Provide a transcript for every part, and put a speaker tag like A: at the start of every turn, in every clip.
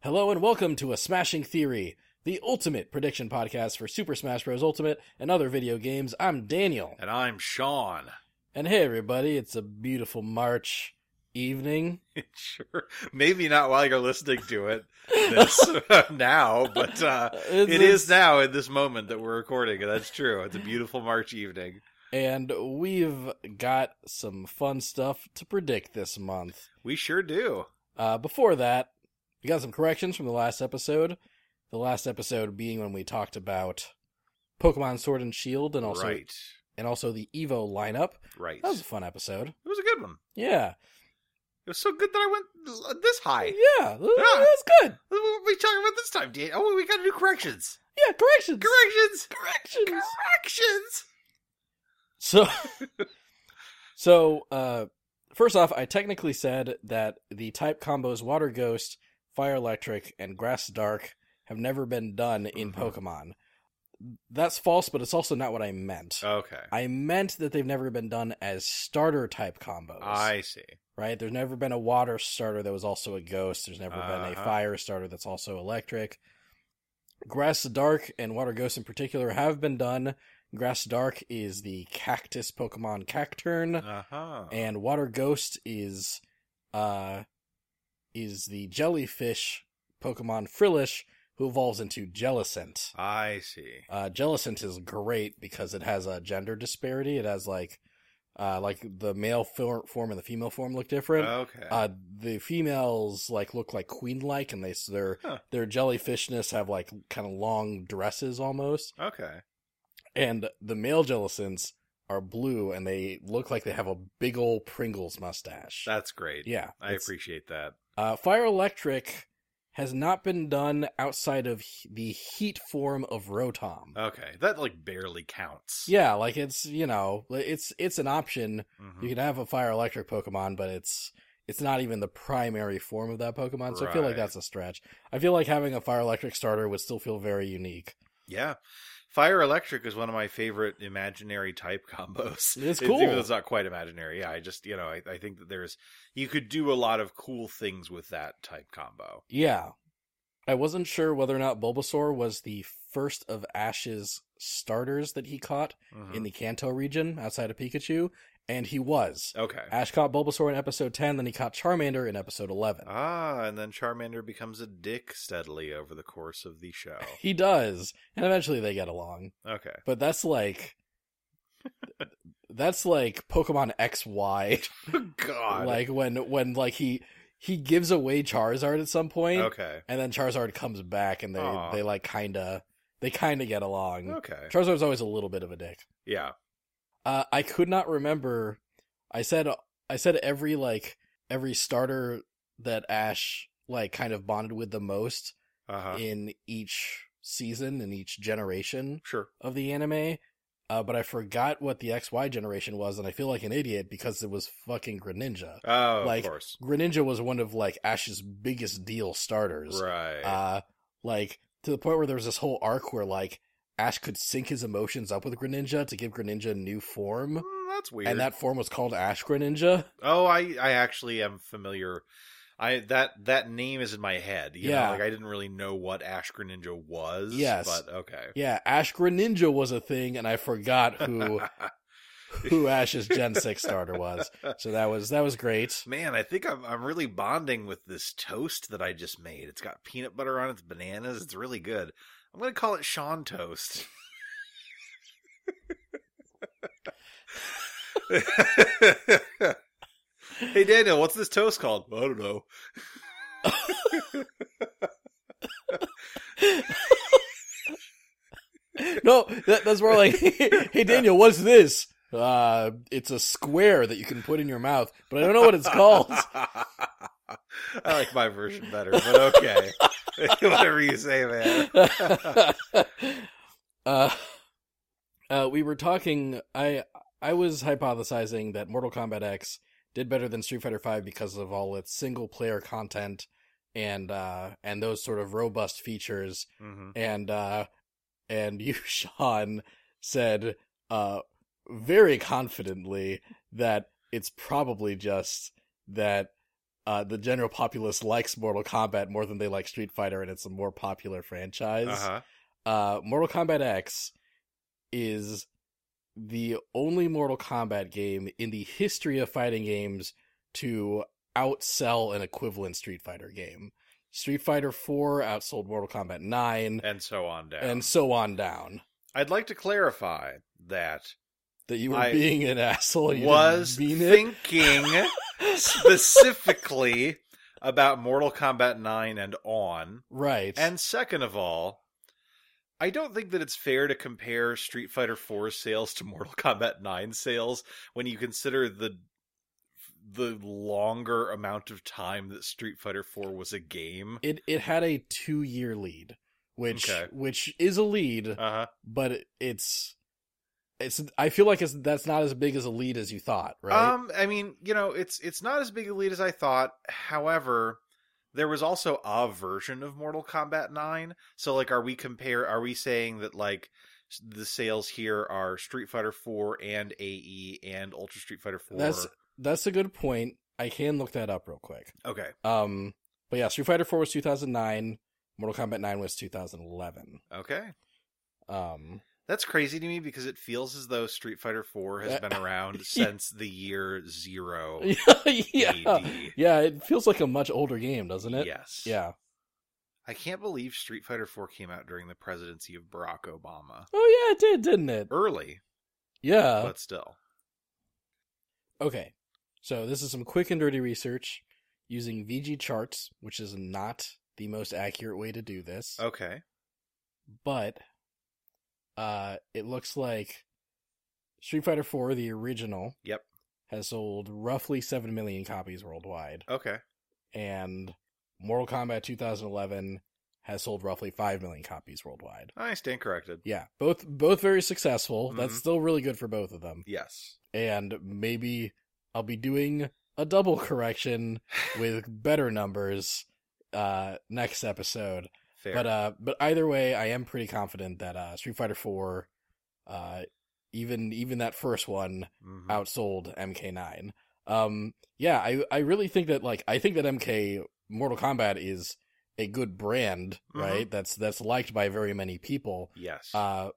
A: Hello and welcome to A Smashing Theory, the ultimate prediction podcast for Super Smash Bros. Ultimate and other video games. I'm Daniel.
B: And I'm Sean.
A: And hey, everybody, it's a beautiful March evening.
B: sure. Maybe not while you're listening to it this, now, but uh,
A: It's-
B: it is now in this moment that we're recording. and That's true. It's a beautiful March evening.
A: And we've got some fun stuff to predict this month.
B: We sure do.
A: Uh, before that, we got some corrections from the last episode. The last episode being when we talked about Pokemon Sword and Shield and also
B: right.
A: and also the Evo lineup.
B: Right.
A: That was a fun episode.
B: it was a good one.
A: Yeah.
B: It was so good that I went this high.
A: Yeah. That was good.
B: What are we talking about this time, Dan? Oh, we got to do corrections.
A: Yeah, corrections.
B: Corrections.
A: Corrections.
B: Corrections.
A: So So uh first off, I technically said that the type combos Water Ghost, Fire Electric, and Grass Dark have never been done in
B: Mhm.
A: Pokemon. That's false, but it's also not what I meant.
B: Okay.
A: I meant that they've never been done as starter type combos.
B: I see.
A: right? There's never been a water starter that was also a ghost. There's never been a
B: Uh-huh.
A: fire starter that's also electric. Grass Dark and Water Ghost in particular have been done. Grass Dark is the cactus Pokemon Cacturn,
B: Uh huh.
A: and Water Ghost is uh is the jellyfish Pokemon Frillish who evolves into Jellicent.
B: I see.
A: Uh, Jellicent is great because it has a gender disparity. It has like, uh, like the male for- form and the female form look different.
B: Okay.
A: Uh, the females like look like queen-like, and they their
B: Huh.
A: their jellyfishness have like kind of long dresses almost.
B: okay.
A: And the male jellicents are blue, and they look like they have a big old Pringles mustache.
B: That's great.
A: yeah,
B: I
A: it's-
B: appreciate that.
A: Uh, Fire Electric has not been done outside of he- the heat form of Rotom.
B: Okay. That like barely counts.
A: yeah, like it's you know li- it's it's an option.
B: Mhm.
A: You can have a Fire Electric Pokemon, but it's it's not even the primary form of that Pokemon. So I feel like
B: Right.
A: that's a stretch. I feel like having a Fire Electric starter would still feel very unique.
B: Yeah. Fire Electric is one of my favorite imaginary type combos.
A: It's
B: Even though
A: cool.
B: it's not quite imaginary. Yeah, I just, you know, I, I think that there's, you could do a lot of cool things with that type combo.
A: Yeah, I wasn't sure whether or not Bulbasaur was the first of Ash's starters that he caught
B: Mhm.
A: in the Kanto region outside of Pikachu, and he was.
B: okay.
A: Ash caught Bulbasaur in episode ten, then he caught Charmander in episode eleven.
B: Ah, and then Charmander becomes a dick steadily over the course of the show.
A: He does, and eventually they get along.
B: Okay.
A: But that's like that's like Pokemon XY.
B: God.
A: like when when like he he gives away Charizard at some point,
B: okay.
A: and then Charizard comes back and they
B: Aw.
A: they like kinda they kinda get along.
B: Okay.
A: Charizard's always a little bit of a dick.
B: Yeah.
A: Uh I could not remember I said I said every like every starter that Ash like kind of bonded with the most
B: Uh huh.
A: in each season in each generation
B: Sure.
A: of the anime, uh, but I forgot what the XY generation was, and I feel like an idiot because it was fucking Greninja.
B: Oh,
A: Like,
B: of course.
A: Greninja was one of like Ash's biggest deal starters.
B: Right.
A: Uh, like to the point where there was this whole arc where like Ash could sync his emotions up with Greninja to give Greninja a new form,
B: Mm, that's weird.
A: and that form was called Ash Greninja.
B: Oh, I I actually am familiar. I that that name is in my head. You
A: Yeah.
B: know, like I didn't really know what Ash Greninja was.
A: Yes.
B: but okay.
A: Yeah, Ash Greninja was a thing, and I forgot who who Ash's Gen Six starter was. So that was that was great.
B: Man, I think I'm I'm really bonding with this toast that I just made. It's got peanut butter on it, it's bananas. It's really good. I'm gonna call it Sean Toast. hey Daniel, what's this toast called? I don't know.
A: no, that, that's more like, hey Daniel, what's this? Uh, it's a square that you can put in your mouth, but I don't know what it's called.
B: I like my version better, but okay. Whatever you say, man.
A: uh, uh, we were talking. I I was hypothesizing that Mortal Kombat X did better than Street Fighter Five because of all its single player content and uh and those sort of robust features
B: hmm
A: and uh and you sean said uh very confidently that it's probably just that uh, the general populace likes Mortal Kombat more than they like Street Fighter, and it's a more popular franchise.
B: Uh-huh.
A: Uh, Mortal Kombat X is the only Mortal Kombat game in the history of fighting games to outsell an equivalent Street Fighter game. Street Fighter 4 outsold Mortal Kombat 9
B: And so on down.
A: and so on down.
B: I'd like to clarify that
A: That you were
B: I
A: being an asshole. and You
B: was
A: didn't mean it.
B: thinking specifically about Mortal Kombat 9 and on.
A: right.
B: And second of all, I don't think that it's fair to compare Street Fighter 4 sales to Mortal Kombat 9 sales when you consider the the longer amount of time that Street Fighter 4 was a game.
A: it it had a 2 year lead, which
B: Okay.
A: which is a lead,
B: Uh-huh.
A: but it- it's it's I feel like it's that's not as big as a lead as you thought, right?
B: Um, I mean, you know, it's it's not as big a lead as I thought. However, there was also a version of Mortal Kombat 9. So like are we compare are we saying that like s- the sales here are Street Fighter 4 and AE and Ultra Street Fighter 4?
A: That's- that's a good point. I can look that up real quick.
B: okay.
A: Um, but yeah, Street Fighter 4 was 2009, Mortal Kombat 9 was 2011.
B: Okay.
A: Um,
B: That's crazy to me because it feels as though Street Fighter 4 has been around since the year 0
A: yeah.
B: AD.
A: Yeah, it feels like a much older game, doesn't it?
B: Yes.
A: Yeah.
B: I can't believe Street Fighter 4 came out during the presidency of Barack Obama.
A: Oh yeah, it did, didn't it?
B: Early,
A: Yeah.
B: but still.
A: Okay. So this is some quick and dirty research using VG charts, which is not the most accurate way to do this.
B: Okay.
A: But uh it looks like Street Fighter 4 the original
B: Yep.
A: has sold roughly 7 million copies worldwide
B: Okay.
A: and Mortal Kombat 2011 has sold roughly 5 million copies worldwide.
B: I stand corrected.
A: Yeah, both both very successful. That's
B: Mhm.
A: still really good for both of them.
B: Yes.
A: And maybe I'll be doing a double correction with better numbers uh next episode.
B: Fair.
A: But uh but either way, I am pretty confident that uh Street Fighter 4 uh even even that first one
B: Mhm.
A: outsold MK9. Um, yeah, I I really think that like I think that MK Mortal Kombat is a good brand,
B: Mhm.
A: right? That's that's liked by very many people.
B: yes.
A: Uh,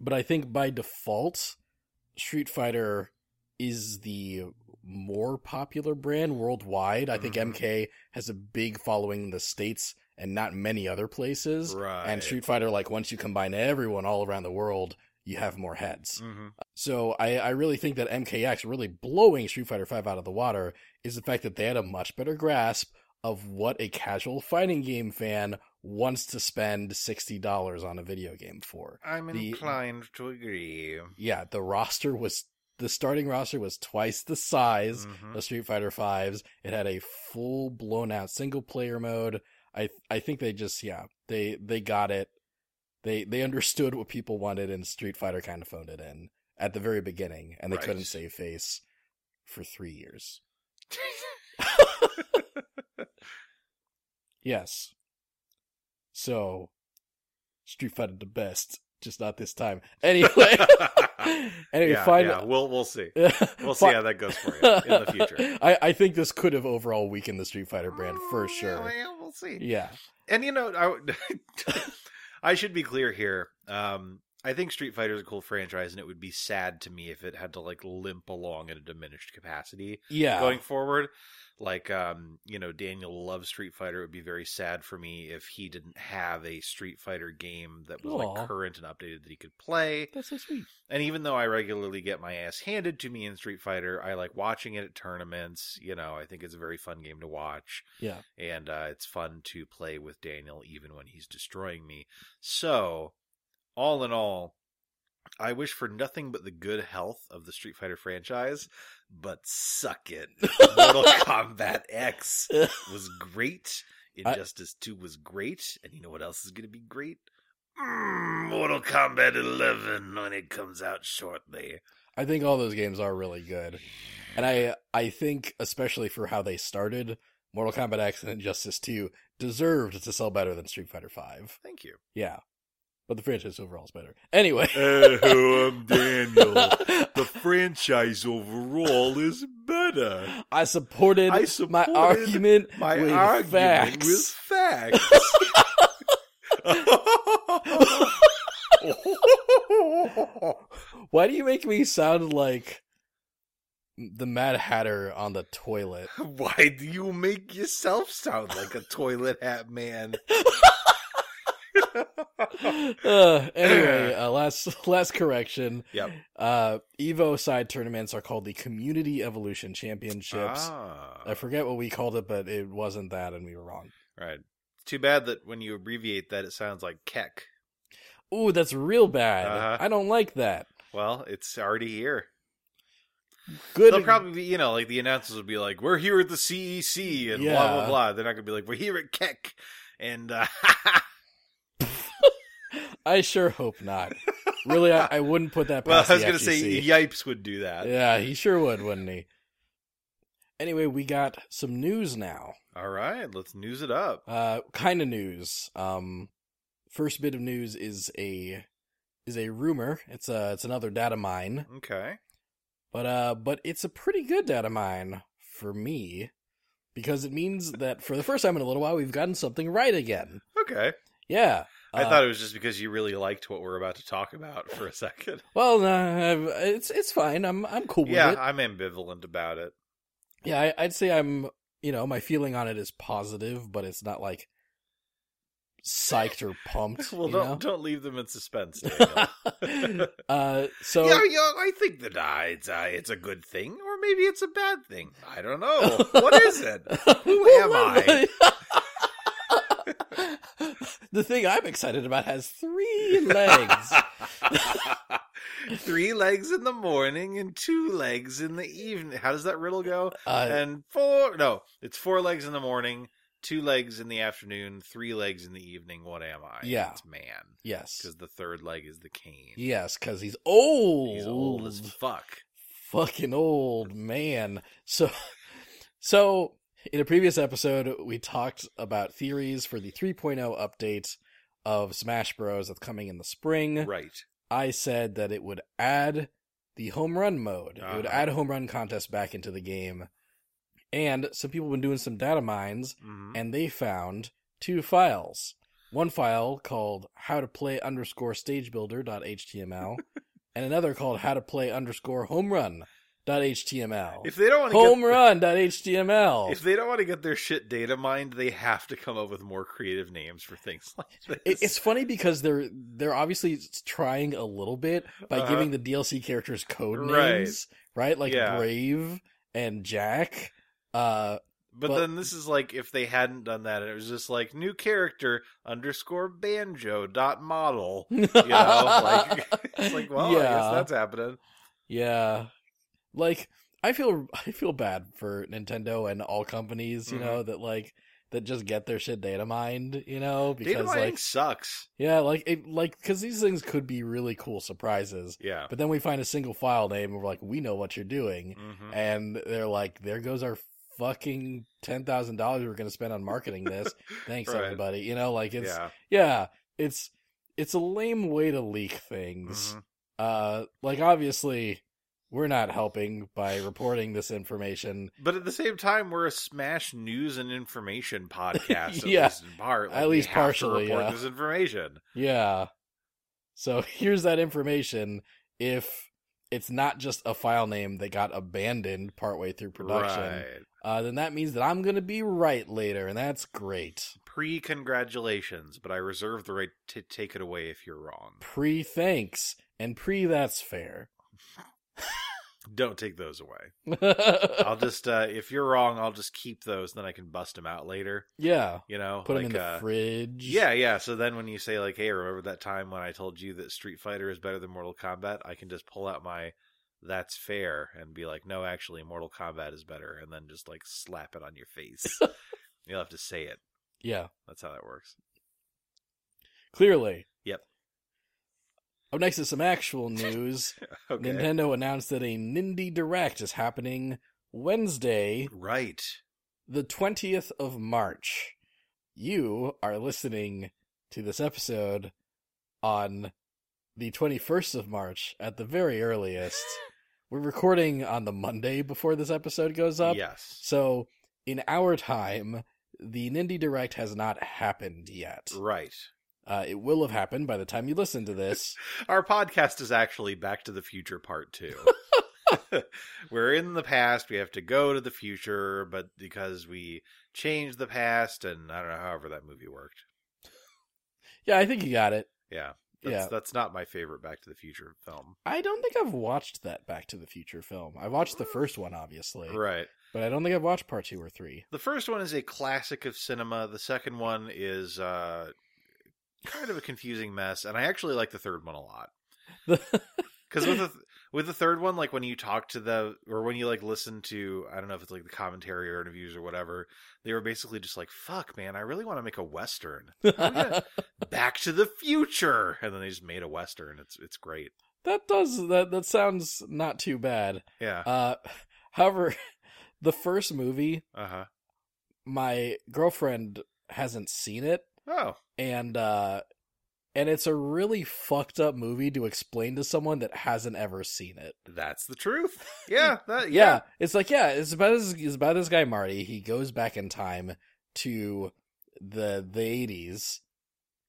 A: but I think by default, Street Fighter is the more popular brand worldwide. I think
B: Mhm.
A: MK has a big following in the states and not many other places.
B: right.
A: And Street Fighter, like once you combine everyone all around the world, you have more heads.
B: Mhm.
A: So I, I really think that MKX really blowing Street Fighter V out of the water is the fact that they had a much better grasp of what a casual fighting game fan wants to spend sixty dollars on a video game for.
B: I'm
A: the-
B: inclined to agree.
A: Yeah, the roster was the starting roster was twice the size
B: Mhm.
A: of Street Fighter V's. It had a full blown out single player mode. I I think they just yeah they they got it. They they understood what people wanted, and Street Fighter kind of phoned it in at the very beginning, and they
B: Right.
A: couldn't save face for three years. Yes, so Street Fighter the best, just not this time. Anyway, anyway,
B: yeah,
A: fine.
B: yeah. We'll we'll see. We'll see
A: Fi-
B: how that goes for you in the future.
A: I, I think this could have overall weakened the Street Fighter brand for sure.
B: Yeah, we'll see.
A: Yeah.
B: And you know, I, would- I should be clear here. Um, I think Street Fighter is a cool franchise, and it would be sad to me if it had to like limp along at a diminished capacity.
A: Yeah.
B: going forward. Like, um, you know, Daniel loves Street Fighter. It would be very sad for me if he didn't have a Street Fighter game that was
A: Aw.
B: like current and updated that he could play.
A: That's so sweet.
B: And even though I regularly get my ass handed to me in Street Fighter, I like watching it at tournaments. You know, I think it's a very fun game to watch,
A: Yeah.
B: and uh, it's fun to play with Daniel even when he's destroying me. So, all in all, I wish for nothing but the good health of the Street Fighter franchise, but suck it. Mortal Kombat X was great.
A: I-
B: Injustice 2 was great. And you know what else is going to be great? Mm, Mortal Kombat 11 when it comes out shortly.
A: I think all those games are really good. And I I think especially for how they started, Mortal Kombat X and Injustice 2 deserved to sell better than Street Fighter 5.
B: Thank you.
A: Yeah. but the franchise overall is better. Anyway,
B: Oh, I'm Daniel. The franchise overall is better.
A: I supported
B: I
A: my
B: supported
A: argument
B: My
A: with
B: argument
A: facts.
B: with facts.
A: Why do you make me sound like the Mad Hatter on the toilet?
B: Why do you make yourself sound like a toilet hat man?
A: uh, anyway, uh, last last correction.
B: Yep.
A: Uh, Evo side tournaments are called the Community Evolution Championships.
B: Ah,
A: I forget what we called it, but it wasn't that, and we were wrong.
B: right. Too bad that when you abbreviate that, it sounds like Keck.
A: Ooh, that's real bad.
B: Uh-huh.
A: I don't like that.
B: Well, it's already here.
A: Good.
B: They'll probably be, you know, like the announcers will be like, "We're here at the CEC" and blah blah
A: Yeah.
B: blah. They're not gonna be like, "We're here at Keck," and uh,
A: I sure hope not. really, I, I wouldn't put that
B: well,
A: past
B: I was
A: the
B: gonna
A: FGC.
B: say Yipes would do that.
A: Yeah, he sure would, wouldn't he? Anyway, we got some news now.
B: All right, let's news it up.
A: Uh kind of news. Um first bit of news is a is a rumor. It's a it's another data mine,
B: Okay.
A: but uh but it's a pretty good data mine for me because it means that for the first time in a little while we've gotten something right again.
B: Okay.
A: Yeah.
B: I
A: Uh,
B: thought it was just because you really liked what we're about to talk about for a second.
A: well, nah, I've- it's it's fine. I'm I'm cool with
B: Yeah,
A: it.
B: I'm ambivalent about it.
A: yeah, I, I'd say I'm, you know, my feeling on it is positive, but it's not like psyched or pumped.
B: Well,
A: you
B: don't
A: know?
B: don't leave them in suspense. Daniel.
A: uh, so
B: yeah, yeah, I think that uh, it's uh, it's a good thing, or maybe it's a bad thing. I don't know. what is it? Who am I?
A: the thing I'm excited about has three legs.
B: Three legs in the morning and two legs in the evening. How does that riddle go?
A: Uh,
B: and four no it's four legs in the morning two legs in the afternoon three legs in the evening what am i
A: Yeah.
B: it's man
A: yes.
B: because the third leg is the cane
A: Yes, because he's old.
B: he's old as fuck
A: fucking old man. So, so in a previous episode, we talked about theories for the 3.0 update of Smash Bros. that's coming in the spring.
B: right
A: I said that it would add the home run mode. It would
B: Uh-huh.
A: add home run contest back into the game. And some people have been doing some data mines,
B: hmm
A: and they found two files. One file called how to play underscore stage builder dot html, and another called how to play underscore home run dot html.
B: if they don't want
A: home
B: to
A: run dot html.
B: if they don't want to get their shit data mined they have to come up with more creative names for things like
A: It-
B: this
A: It's funny because they're they're obviously trying a little bit by
B: Uh-huh.
A: giving the DLC characters code
B: Right.
A: names, right? Like
B: Yeah.
A: Brave and Jack. Uh,
B: but,
A: but-
B: then this is like if they hadn't done that it was just like new character underscore banjo dot model
A: you
B: you know like it's like well i guess that's happening
A: Yeah. Like I feel I feel bad for Nintendo and all companies, you know,
B: Mm-hmm.
A: that like that just get their shit data mined, you know, because
B: data mining
A: like
B: sucks
A: yeah, like it like cuz these things could be really cool surprises.
B: yeah
A: But then we find a single file name and we're like we know what you're doing
B: Mhm.
A: and they're like there goes our fucking $10,000 we we're going to spend on marketing this. Thanks
B: Right.
A: everybody. You know, like it's yeah,
B: yeah.
A: it's it's a lame way to leak things
B: Mhm.
A: uh like obviously we're not helping by reporting this information
B: But at the same time, we're a smash news and information podcast. At
A: Yeah.
B: least in part.
A: At
B: we
A: least
B: have to
A: partially,
B: report
A: yeah.
B: this information.
A: yeah so here's that information if it's not just a file name that got abandoned partway through production
B: Right.
A: uh then that means that i'm gonna be right later and that's great
B: Pre congratulations, but I reserve the right to take it away if you're wrong.
A: pre thanks and pre that's fair
B: Don't take those away. I'll just uh if you're wrong, I'll just keep those, then I can bust them out later.
A: yeah
B: You know,
A: put them in the
B: uh,
A: fridge
B: Yeah, yeah. So then when you say like, "Hey, remember that time when I told you that Street Fighter is better than Mortal Kombat?" I can just pull out my that's fair and be like, "No, actually Mortal Kombat is better." And then just like slap it on your face. You'll have to say it.
A: yeah
B: That's how that works.
A: clearly
B: Yep.
A: up next is some actual news
B: Okay.
A: Nintendo announced that a Nindy Direct is happening Wednesday,
B: Right.
A: the 20th of March. You are listening to this episode on the 21st of March at the very earliest. We're recording on the Monday before this episode goes up.
B: Yes.
A: So, in our time, the Nindy Direct has not happened yet.
B: Right.
A: Uh, it will have happened by the time you listen to this.
B: Our podcast is actually Back to the Future Part 2. We're in the past, we have to go to the future, but because we changed the past and I don't know however that movie worked.
A: yeah, I think you got it.
B: Yeah. That's
A: Yeah.
B: that's not my favorite Back to the Future film.
A: I don't think I've watched that Back to the Future film. I watched the first one, obviously,
B: Right.
A: but I don't think I've watched part two or three.
B: The first one is a classic of cinema. The second one is uh, kind of a confusing mess, and I actually like the third one a lot Oh, because with the th- with the third one, like when you talk to the or when you like listen to, I don't know if it's like the commentary or interviews or whatever, they were basically just like, "Fuck, man, I really want to make a western." yeah. Back to the Future, and then they just made a western. It's it's great.
A: That does that. That sounds not too bad.
B: Yeah.
A: Uh, however, the first movie,
B: Uh huh.
A: my girlfriend hasn't seen it,
B: Oh.
A: and uh, and it's a really fucked up movie to explain to someone that hasn't ever seen it.
B: That's the truth. Yeah, that,
A: yeah.
B: yeah,
A: it's like yeah, it's about this, it's about this guy Marty. He goes back in time to the the eighties.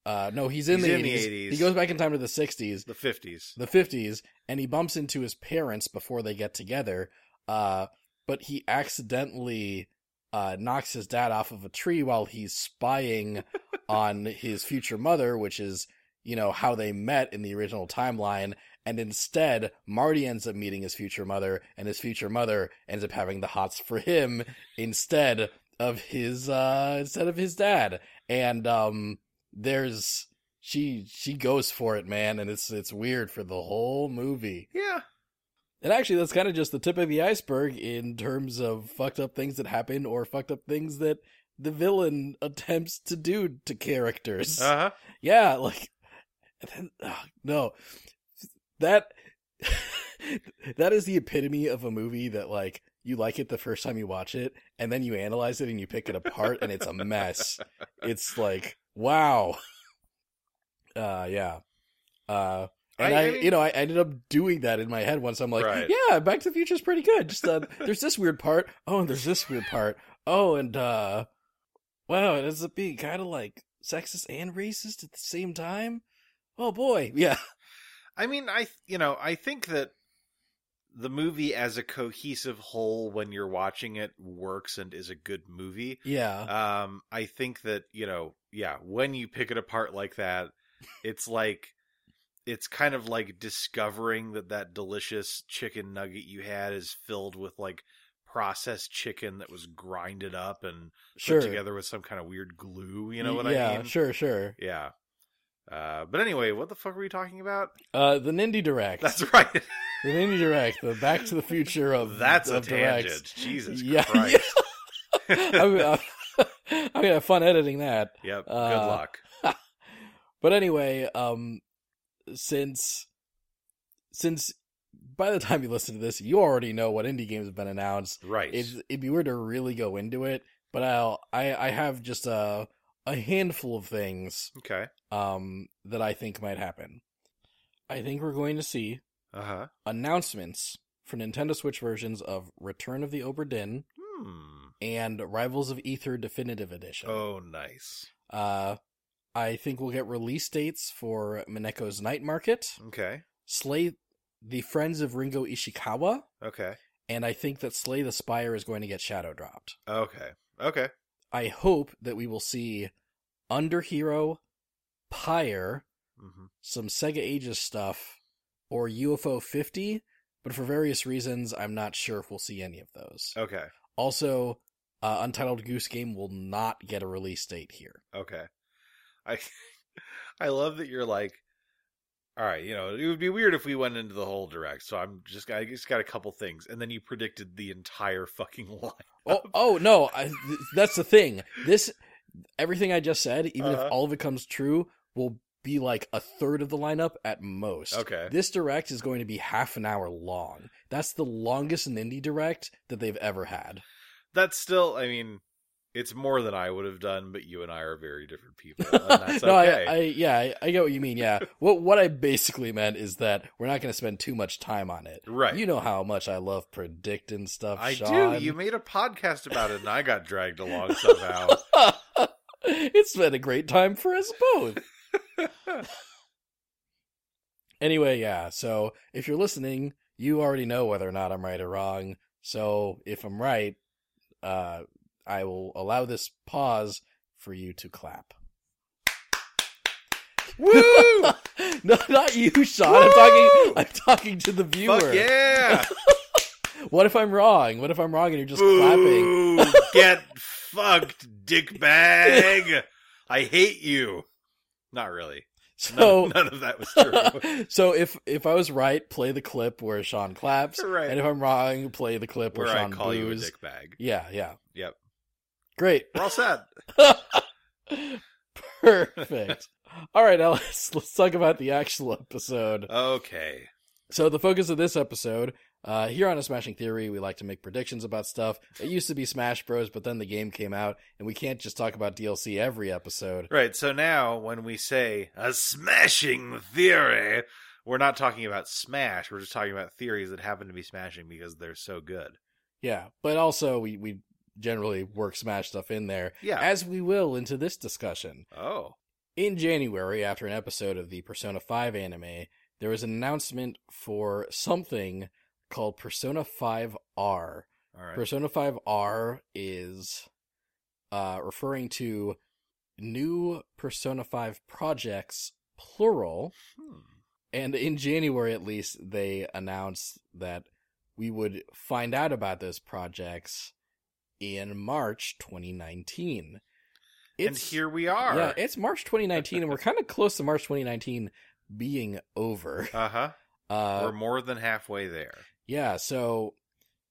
A: Uh, no, he's in,
B: He's
A: the,
B: in the
A: 80s.
B: 80s.
A: He goes back in time to the sixties,
B: The fifties.
A: the fifties, and he bumps into his parents before they get together. Uh, but he accidentally uh knocks his dad off of a tree while he's spying on his future mother, which is you know how they met in the original timeline and instead marty ends up meeting his future mother and his future mother ends up having the hots for him instead of his uh instead of his dad and um there's she she goes for it man and it's it's weird for the whole movie
B: Yeah.
A: and actually that's kind of just the tip of the iceberg in terms of fucked up things that happen or fucked up things that the villain attempts to do to characters
B: Uh huh.
A: yeah, like and then, ugh, no, that that is the epitome of a movie that like you like it the first time you watch it, and then you analyze it and you pick it apart, and it's a mess. It's like wow, uh, yeah, uh. And
B: I-
A: I,
B: I mean-
A: you know, I ended up doing that in my head once. I'm like,
B: Right.
A: yeah, Back to the Future is pretty good. Just uh, there's this weird part. Oh, and there's this weird part. Oh, and uh, Wow, it ends up being kind of like sexist and racist at the same time. Oh boy, yeah,
B: I mean, I th- you know, I think that the movie as a cohesive whole, when you're watching it, works and is a good movie.
A: yeah,
B: Um, I think that you know, yeah, when you pick it apart like that, it's like it's kind of like discovering that that delicious chicken nugget you had is filled with like processed chicken that was grinded up and
A: sure.
B: put together with some kind of weird glue. You know what
A: yeah,
B: I mean?
A: sure, sure.
B: Yeah. Uh, but anyway, what the fuck were we talking about?
A: Uh, the Nindy Direct,
B: That's right.
A: the Nindy Direct, the Back to the Future of
B: That's a
A: of directs.
B: tangent. Jesus
A: Yeah,
B: Christ.
A: I'm, I'm, I'm gonna have fun editing that.
B: yep. Good
A: Uh,
B: luck.
A: But anyway, um, since since by the time you listen to this, you already know what indie games have been announced.
B: Right.
A: it's, it'd be weird to really go into it, but I'll I I have just a a handful of things
B: okay.
A: um that I think might happen. I think we're going to see
B: Uh huh.
A: announcements for Nintendo Switch versions of Return of the Oberdin
B: Hmm.
A: and Rivals of Ether Definitive Edition.
B: Oh, nice.
A: Uh I think we'll get release dates for Mineko's Night Market,
B: Okay.
A: Slay the Friends of Ringo Ishikawa,
B: Okay.
A: and I think that Slay the Spire is going to get shadow dropped.
B: Okay. Okay.
A: I hope that we will see Underhero, Pyre,
B: hmm
A: some Sega Ages stuff, or UFO 50, but for various reasons, I'm not sure if we'll see any of those.
B: Okay.
A: Also, uh, Untitled Goose Game will not get a release date here.
B: Okay. I I love that you're like, all right, you know, it would be weird if we went into the whole direct. So I'm just I just got a couple things, and then you predicted the entire fucking line.
A: Oh, oh no, I, th- that's the thing. This, everything I just said, even
B: Uh-huh.
A: if all of it comes true, will be like a third of the lineup at most.
B: Okay.
A: This direct is going to be half an hour long. That's the longest an indie direct that they've ever had.
B: That's still, I mean, It's more than I would have done, but you and I are very different people. And that's
A: no,
B: okay.
A: I, I yeah, I, I get what you mean. Yeah, what what I basically meant is that we're not going to spend too much time on it.
B: right.
A: You know how much I love predicting stuff.
B: I
A: Sean.
B: do. You made a podcast about it, and I got dragged along somehow.
A: it's been a great time for us both. anyway, yeah. So if you're listening, you already know whether or not I'm right or wrong. So if I'm right, uh, I will allow this pause for you to clap.
B: Woo!
A: no, not you, Sean. I'm talking.
B: Woo!
A: I'm talking to the viewer.
B: Fuck yeah!
A: What if I'm wrong? What if I'm wrong and you're just clapping?
B: Boo! Get fucked, dickbag! I hate you. Not really. None,
A: So
B: none of that was true.
A: so if if I was right, play the clip where Sean claps,
B: Right.
A: and if I'm wrong, play the clip where,
B: Where I
A: Sean
B: call you a
A: boos.
B: dickbag.
A: Yeah, yeah.
B: Yep.
A: Great.
B: We're all set.
A: Perfect. All right, now let's let's talk about the actual episode.
B: Okay.
A: So the focus of this episode, uh, here on A Smashing Theory, we like to make predictions about stuff. It used to be Smash Bros, but then the game came out, and we can't just talk about DLC every episode.
B: Right. So now, when we say a smashing theory, we're not talking about smash. We're just talking about theories that happen to be smashing because they're so good.
A: Yeah, but also we we generally work Smash stuff in there,
B: Yeah.
A: as we will into this discussion.
B: oh.
A: In January, after an episode of the Persona 5 anime, there was an announcement for something called Persona 5 R.
B: All right.
A: Persona 5 R is uh, referring to new Persona 5 projects, plural.
B: Hmm.
A: And in January, at least, they announced that we would find out about those projects in March 2019.
B: And here we are.
A: Yeah, it's March 2019, and we're kind of close to March 2019 being over.
B: uh huh.
A: Uh,
B: we're more than halfway there.
A: yeah, so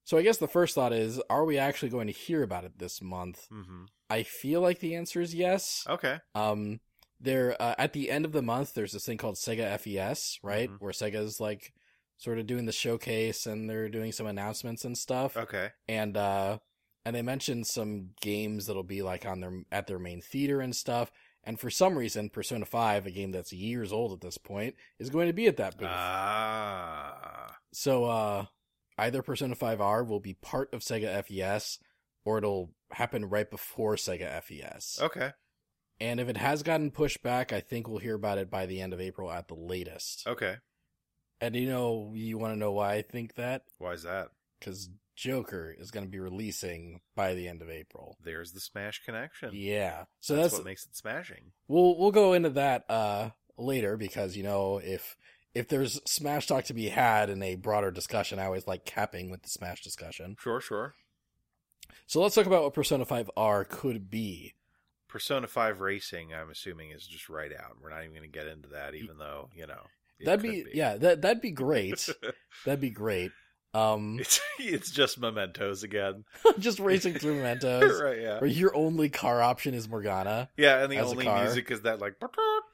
A: so I guess the first thought is, are we actually going to hear about it this month?
B: hmm
A: I feel like the answer is yes.
B: Okay.
A: Um, there uh, at the end of the month, there's this thing called Sega FES, right,
B: Mhm.
A: where Sega's like sort of doing the showcase and they're doing some announcements and stuff,
B: Okay.
A: and uh, and they mentioned some games that'll be like on their at their main theater and stuff. And for some reason, Persona Five, a game that's years old at this point, is going to be at that booth.
B: Ah.
A: So uh either Persona 5R will be part of Sega FES or it'll happen right before Sega FES.
B: Okay.
A: And if it has gotten pushed back, I think we'll hear about it by the end of April at the latest.
B: Okay.
A: And you know, you want to know why I think that?
B: Why is that?
A: Cuz Joker is going to be releasing by the end of April.
B: There's the smash connection.
A: Yeah. So
B: That's,
A: that's,
B: what makes it smashing.
A: we'll we'll go into that uh later because you know, if if there's smash talk to be had in a broader discussion, I always like capping with the smash discussion.
B: Sure. Sure.
A: So let's talk about what Persona 5R could be.
B: Persona Five Racing, I'm assuming, is just right out. We're not even going to get into that, even though you know it
A: that'd
B: could
A: be, yeah, that that'd be great. that'd be great. Um
B: it's it's just mementos again,
A: just racing through mementos.
B: right? Yeah,
A: Where your only car option is Morgana.
B: yeah. And the
A: As a
B: only
A: car.
B: music is that like.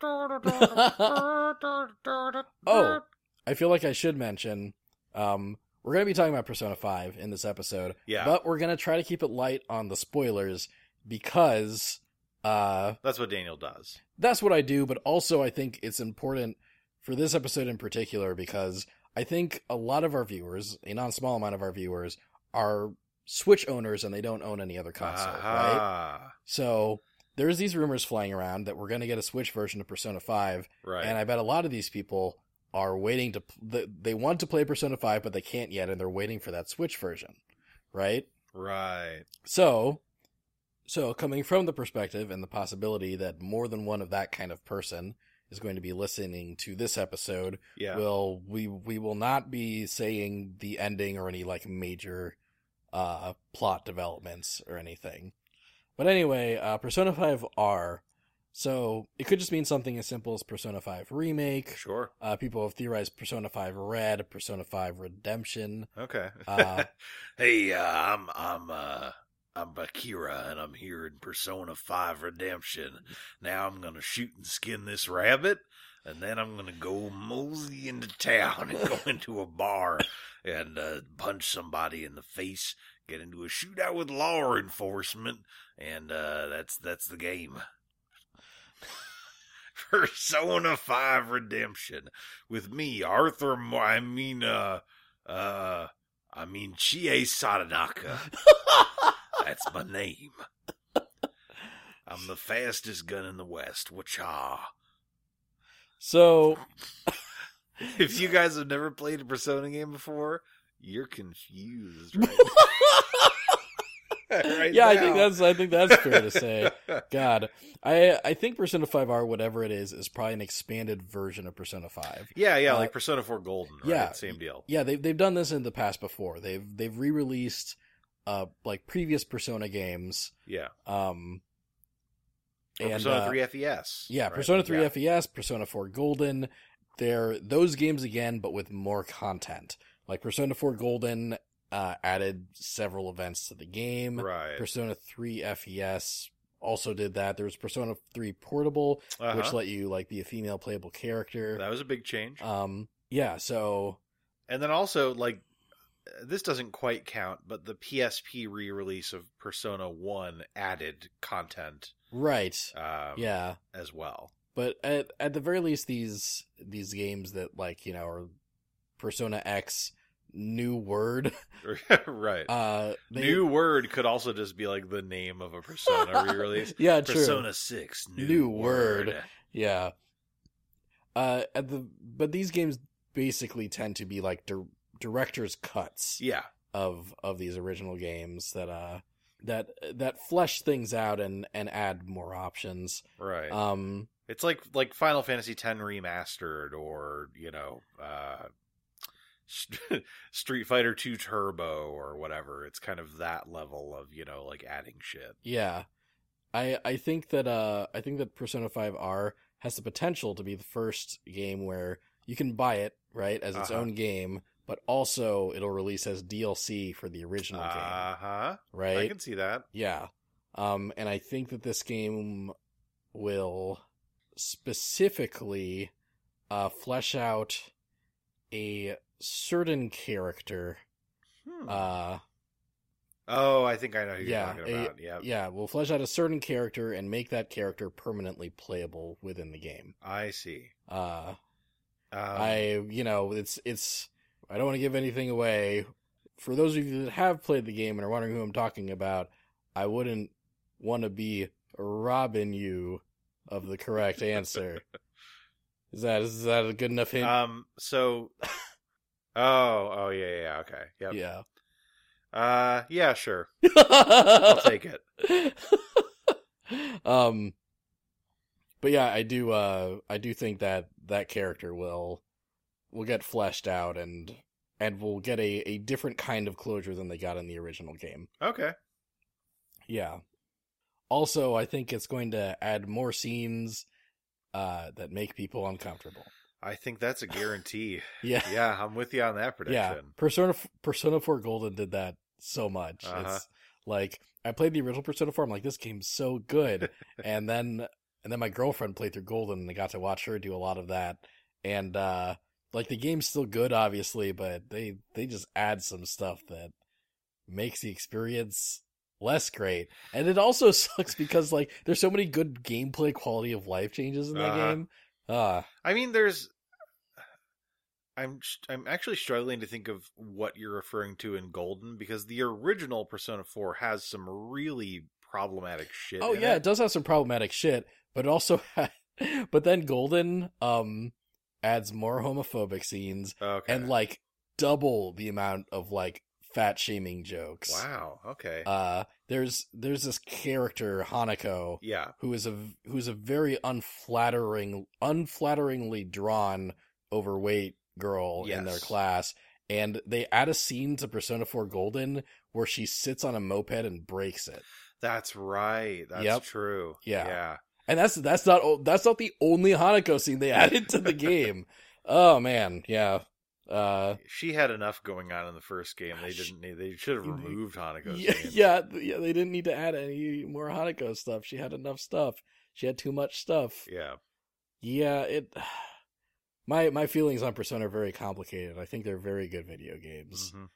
A: Oh. I feel like I should mention um we're going to be talking about Persona 5 in this episode,
B: yeah.
A: but we're going to try to keep it light on the spoilers because uh
B: That's what Daniel does.
A: that's what I do, but also I think it's important for this episode in particular because I think a lot of our viewers, a non small amount of our viewers, are Switch owners and they don't own any other console, right?
B: Ah,
A: So there's these rumors flying around that we're going to get a Switch version of Persona 5,
B: right.
A: and I bet a lot of these people are waiting to, p- th- they want to play Persona 5, but they can't yet, and they're waiting for that Switch version, right?
B: right.
A: So, so coming from the perspective and the possibility that more than one of that kind of person is going to be listening to this episode,
B: Yeah.
A: will we we will not be saying the ending or any like major uh plot developments or anything. But anyway, uh Persona 5 R. So, it could just mean something as simple as Persona 5 remake.
B: sure.
A: Uh people have theorized Persona 5 Red, Persona 5 Redemption.
B: Okay.
A: Uh,
B: hey, uh, I'm I'm uh I'm Bakira, and I'm here in Persona Five Redemption. Now I'm gonna shoot and skin this rabbit. and then I'm gonna go mosey into town and go into a bar and uh, punch somebody in the face, get into a shootout with law enforcement, and uh, that's that's the game. Persona Five Redemption with me, Arthur. Mo- I mean, uh, uh, I mean Chie Sadanaka. that's my name. I'm the fastest gun in the West. Wacha.
A: So
B: If you guys have never played a Persona game before, you're confused. Right, right
A: yeah, I
B: now.
A: think that's I think that's fair to say. God, I I think Persona Five R, whatever it is, is probably an expanded version of Persona Five.
B: yeah, yeah,
A: Uh,
B: like Persona 4 Golden. Right?
A: yeah.
B: Same deal.
A: Yeah, they've they've done this in the past before. They've they've re-released uh like previous Persona games.
B: Yeah.
A: Um,
B: Or
A: and
B: Oh, Persona
A: uh,
B: 3 FES.
A: yeah,
B: right?
A: Persona Three
B: Yeah.
A: FES, Persona Four Golden. They're those games again, but with more content. Like Persona Four Golden uh, added several events to the game.
B: Right.
A: Persona 3 FES also did that. There was Persona 3 Portable,
B: Uh-huh.
A: which let you like be a female playable character.
B: that was a big change.
A: Um, yeah. So
B: And then also, like, uh, this doesn't quite count, but the PSP re release of Persona 1 added content
A: right,
B: um,
A: yeah.
B: as well.
A: But at at the very least, these these games that like you know are Persona X new word.
B: right.
A: Uh, they,
B: new word could also just be like the name of a Persona re release.
A: Yeah, true.
B: Persona 6 new,
A: New
B: word.
A: word. Yeah. Uh, at the but these games basically tend to be like dir- director's cuts.
B: Yeah.
A: of of these original games that uh that that flesh things out and and add more options.
B: Right.
A: Um
B: it's like like Final Fantasy X remastered or, you know, uh St- Street Fighter 2 Turbo or whatever. It's kind of that level of, you know, like adding shit.
A: yeah. I I think that uh I think that Persona 5R has the potential to be the first game where you can buy it, right, as its
B: Uh-huh.
A: own game, but also it'll release as DLC for the original game,
B: Uh-huh. I
A: right?
B: can see that.
A: Yeah. Um, and I think that this game will specifically uh, flesh out a certain character.
B: Hmm.
A: Uh,
B: oh, I think I know who
A: yeah,
B: you're talking
A: a-
B: about. Yeah.
A: yeah, will flesh out a certain character and make that character permanently playable within the game.
B: I see.
A: Uh,
B: Um,
A: I, you know, it's it's. I don't want to give anything away. For those of you that have played the game and are wondering who I'm talking about, I wouldn't want to be robbing you of the correct answer. is that is that a good enough hint?
B: um so Oh, oh yeah, yeah, yeah, okay. Yep.
A: yeah.
B: Uh yeah, sure. I'll take it.
A: um but yeah i do uh i do think that that character will will get fleshed out and and will get a, a different kind of closure than they got in the original game
B: Okay.
A: yeah also i think it's going to add more scenes uh that make people uncomfortable
B: I think that's a guarantee.
A: yeah
B: yeah, I'm with you on that
A: yeah
B: prediction.
A: persona f- persona 4 golden did that so much
B: Uh-huh.
A: it's like i played the original persona 4 i'm like this game's so good and then and then my girlfriend played through golden and i got to watch her do a lot of that and uh like the game's still good obviously but they they just add some stuff that makes the experience less great and it also sucks because like there's so many good gameplay quality of life changes in that
B: Uh-huh.
A: game uh
B: I mean, there's. I'm I'm actually struggling to think of what you're referring to in Golden because the original Persona 4 has some really problematic shit.
A: Oh
B: in
A: yeah, it.
B: it.
A: does have some problematic shit, but it also, but then Golden um adds more homophobic scenes
B: Okay.
A: and like double the amount of like fat shaming jokes.
B: wow. Okay.
A: Uh, there's there's this character Hanako
B: yeah.
A: who is a who's a very unflattering unflatteringly drawn overweight girl in their
B: Yes.
A: class and they add a scene to Persona 4 Golden where she sits on a moped and breaks it.
B: That's right. That's
A: Yep.
B: true.
A: Yeah.
B: Yeah.
A: And that's that's not o- that's not the only Hanako scene they added to the game. oh man, yeah. Uh
B: She had enough going on in the first game. They
A: Gosh.
B: didn't need. They should have
A: You-
B: removed Hanako's
A: yeah,
B: name.
A: yeah, th- yeah, they didn't need to add any more Hanako stuff. She had enough stuff. She had too much stuff.
B: Yeah.
A: Yeah, it my my feelings on Persona are very complicated. I think they're very good video games.
B: Mhm.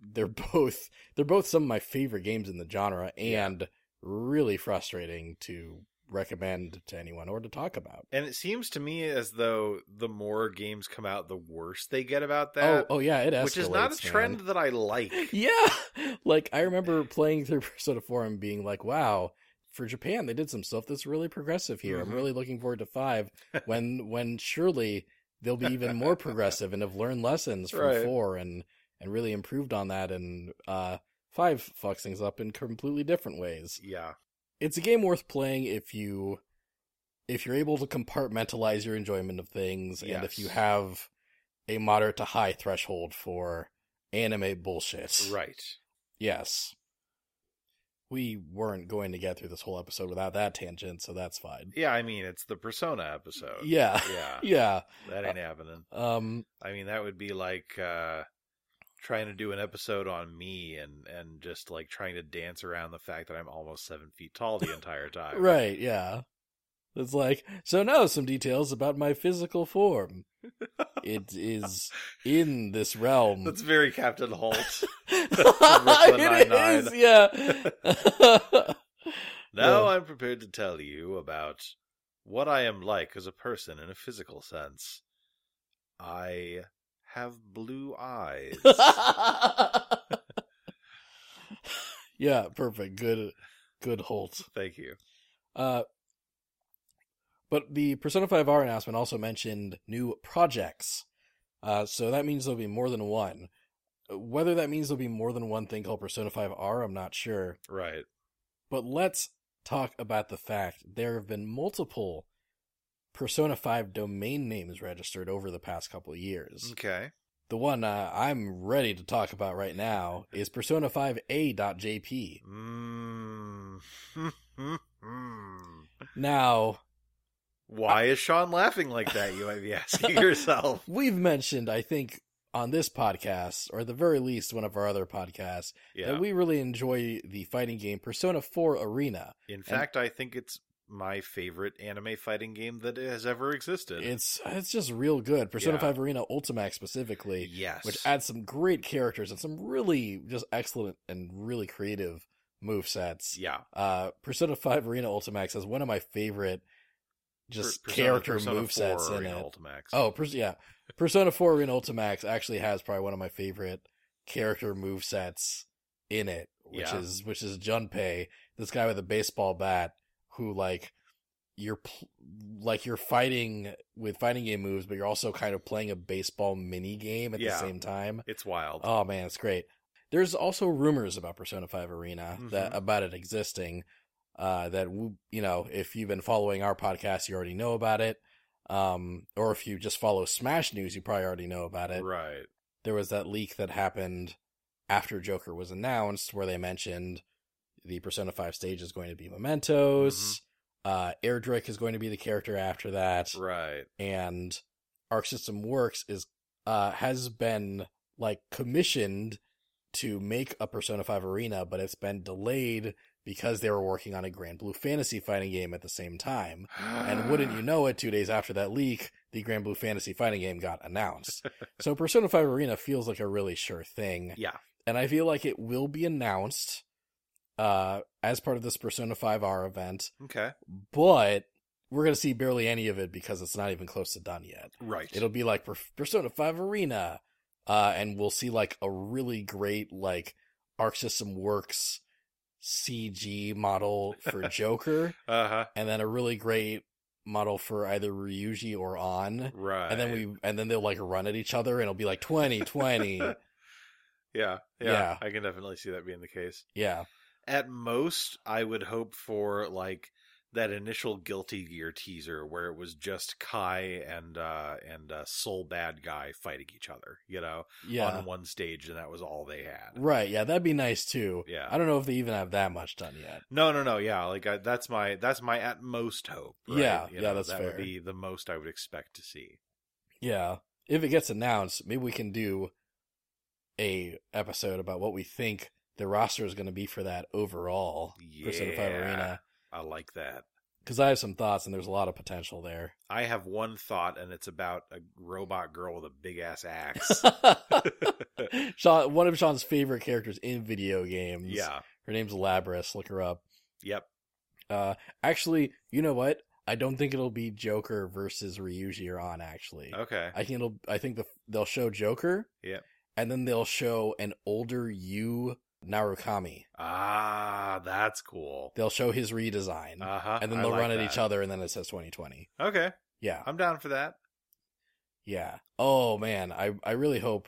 A: They're both they're both some of my favorite games in the genre and really frustrating to recommend to anyone or to talk about.
B: And it seems to me as though the more games come out, the worse they get about
A: Oh,
B: that,
A: oh yeah, it escalates.
B: which is not a
A: man.
B: trend that I like.
A: yeah. Like I remember playing through Persona 4 and being like, wow, for Japan they did some stuff that's really progressive here.
B: Mhm.
A: I'm really looking forward to 5 when when surely they'll be even more progressive and have learned lessons from
B: Right.
A: 4 and and really improved on that and uh 5 fucks things up in completely different ways.
B: Yeah,
A: It's a game worth playing if you if you're able to compartmentalize your enjoyment of things and if
B: Yes.
A: you have a moderate to high threshold for anime bullshit.
B: right.
A: Yes. We weren't going to get through this whole episode without that tangent, so that's fine.
B: Yeah, I mean it's the Persona episode.
A: Yeah.
B: yeah,
A: Yeah.
B: that ain't happening.
A: Um
B: I mean that would be like uh, trying to do an episode on me and and just like trying to dance around the fact that I'm almost seven feet tall the entire time.
A: right, yeah. It's like, so now some details about my physical form. It is in this realm.
B: That's very Captain Holt. Brooklyn
A: it is,
B: Nine-Nine.
A: yeah.
B: Now
A: Yeah.
B: I'm prepared to tell you about what I am like as a person in a physical sense. I have blue eyes.
A: yeah, perfect. Good good Holt.
B: Thank you.
A: Uh but the Persona 5R announcement also mentioned new projects. Uh, so that means there'll be more than one. Whether that means there'll be more than one thing called Persona 5R, I'm not sure.
B: Right.
A: But let's talk about the fact there have been multiple Persona 5 domain names registered over the past couple of years.
B: Okay.
A: The one uh, I'm ready to talk about right now is persona5a.jp.
B: Mm.
A: Now,
B: Why is Sean laughing like that? You might be asking yourself.
A: we've mentioned, I think, on this podcast, or at the very least one of our other podcasts,
B: Yeah.
A: that we really enjoy the fighting game Persona 4 Arena.
B: In fact, I think it's my favorite anime fighting game that has ever existed.
A: It's it's just real good. Persona
B: Yeah.
A: 5 Arena Ultimax specifically,
B: yes.
A: which adds some great characters and some really just excellent and really creative move sets.
B: yeah.
A: Uh, Persona 5 Arena Ultimax has one of my favorite just
B: Per- Persona-
A: character
B: Persona
A: move
B: 4
A: sets in
B: Arena
A: it.
B: Ultimax.
A: Oh, pers- yeah. Persona 4 Arena Ultimax actually has probably one of my favorite character move sets in it, which
B: Yeah.
A: is which is Junpei, this guy with a baseball bat who like you're pl- like you're fighting with fighting game moves, but you're also kind of playing a baseball mini game at
B: Yeah.
A: the same time.
B: It's wild.
A: Oh man, it's great. There's also rumors about Persona 5 Arena that about it existing. Uh, that w- you know, if you've been following our podcast, you already know about it. Um, or if you just follow Smash News, you probably already know about it.
B: right.
A: There was that leak that happened after Joker was announced, where they mentioned the Persona 5 stage is going to be Mementos. Uh, Erdrick is going to be the character after that
B: Right.
A: and Arc System Works is uh has been like commissioned to make a Persona 5 Arena, but it's been delayed because they were working on a Grand Blue Fantasy fighting game at the same time. And wouldn't
B: Ah.
A: you know it, two days after that leak, the Grand Blue Fantasy fighting game got announced. so Persona 5 Arena feels like a really sure thing
B: Yeah.
A: and I feel like it will be announced uh as part of this Persona 5R event,
B: Okay.
A: but we're going to see barely any of it because it's not even close to done yet.
B: Right.
A: It'll be like Per- Persona 5 Arena. Uh, and we'll see like a really great, like, Arc System Works CG model for Joker,
B: Uh huh.
A: and then a really great model for either Ryuji or On.
B: Right.
A: And then we, and then they'll like run at each other, and it'll be like 20, 20.
B: Yeah, yeah.
A: Yeah.
B: I can definitely see that being the case.
A: yeah.
B: At most, I would hope for like that initial Guilty Gear teaser where it was just Kai and uh and uh, Soul Bad Guy fighting each other, you know,
A: Yeah.
B: on one stage, and that was all they had.
A: Right. Yeah. That'd be nice too.
B: Yeah.
A: I don't know if they even have that much done yet.
B: No, no, no. Yeah, like I, that's my that's my at most hope. right?
A: Yeah, yeah, that's
B: that would
A: fair.
B: be the most I would expect to see.
A: Yeah. If it gets announced, maybe we can do a episode about what we think the roster is going to be for that overall
B: Yeah,
A: Persona 5 Arena.
B: I like that.
A: because I have some thoughts, and there's a lot of potential there.
B: I have one thought, and it's about a robot girl with a big ass axe.
A: Sean, one of Sean's favorite characters in video games.
B: yeah.
A: her name's Labrys. Look her up.
B: Yep.
A: Uh, actually, you know what? I don't think it'll be Joker versus Ryuji or on. Actually,
B: Okay.
A: I think it'll. I think the, they'll show Joker.
B: Yeah.
A: And then they'll show an older Yu Narukami.
B: Ah, that's cool.
A: They'll show his redesign,
B: Uh huh.
A: and then they'll run at each other, and then it says 2020.
B: Okay,
A: Yeah,
B: I'm down for that.
A: yeah. Oh man, I I really hope.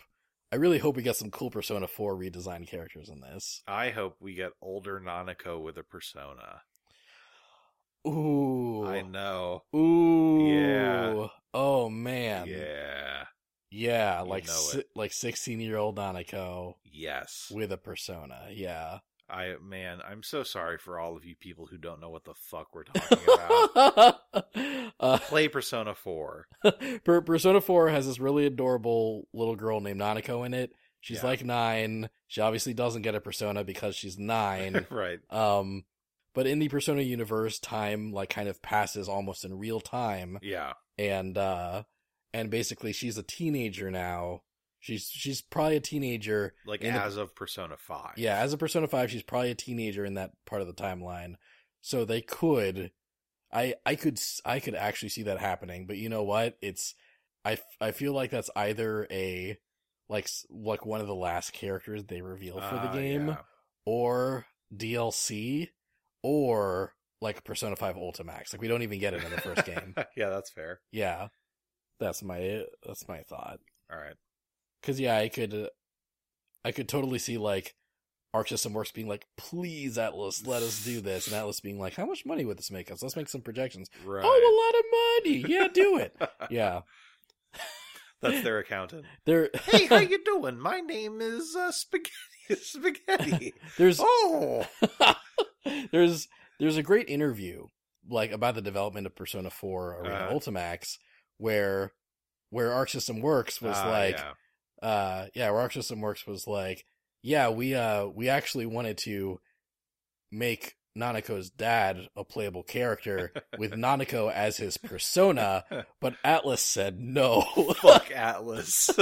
A: I really hope we get some cool Persona 4 redesigned characters in this.
B: I hope we get older Nanako with a persona.
A: Ooh.
B: I know.
A: Ooh.
B: Yeah.
A: Oh man.
B: yeah.
A: Yeah,
B: You
A: like
B: know
A: si- like sixteen year old Nanako
B: Yes.
A: with a persona. Yeah.
B: I man, I'm so sorry for all of you people who don't know what the fuck we're talking about.
A: uh,
B: Play Persona 4.
A: Per- persona Four has this really adorable little girl named Nanako in it. She's
B: Yeah.
A: like nine. She obviously doesn't get a persona because she's nine.
B: right.
A: um, but in the Persona universe, time like kind of passes almost in real time,
B: Yeah.
A: and uh, and basically she's a teenager now. She's she's probably a teenager
B: Like
A: In the-
B: as of Persona 5.
A: Yeah, as a Persona 5, she's probably a teenager in that part of the timeline. So they could I I could s- I could actually see that happening, but you know what? It's I f- I feel like that's either a like s- like one of the last characters they reveal for
B: Ah,
A: the game
B: yeah.
A: or DLC or like Persona 5 Ultimax. Like we don't even get it in the first game.
B: yeah, that's fair.
A: Yeah. That's my that's my thought.
B: All right.
A: Cause yeah, I could, uh, I could totally see like Arc System Works being like, "Please, Atlas, let us do this," and Atlas being like, "How much money would this make us? Let's make some projections."
B: Right.
A: Oh, a lot of money. Yeah, do it. yeah,
B: That's their accountant.
A: there.
B: Hey, how you doing? My name is uh, Spaghetti. Spaghetti.
A: there's
B: Oh.
A: there's there's a great interview like about the development of Persona Four Arena
B: Uh-huh.
A: Ultimax where where Arc System Works was
B: Ah,
A: like,
B: yeah.
A: uh yeah rock system works was like yeah we uh we actually wanted to make nanako's dad a playable character with nanako as his persona but atlas said no
B: fuck Atlas.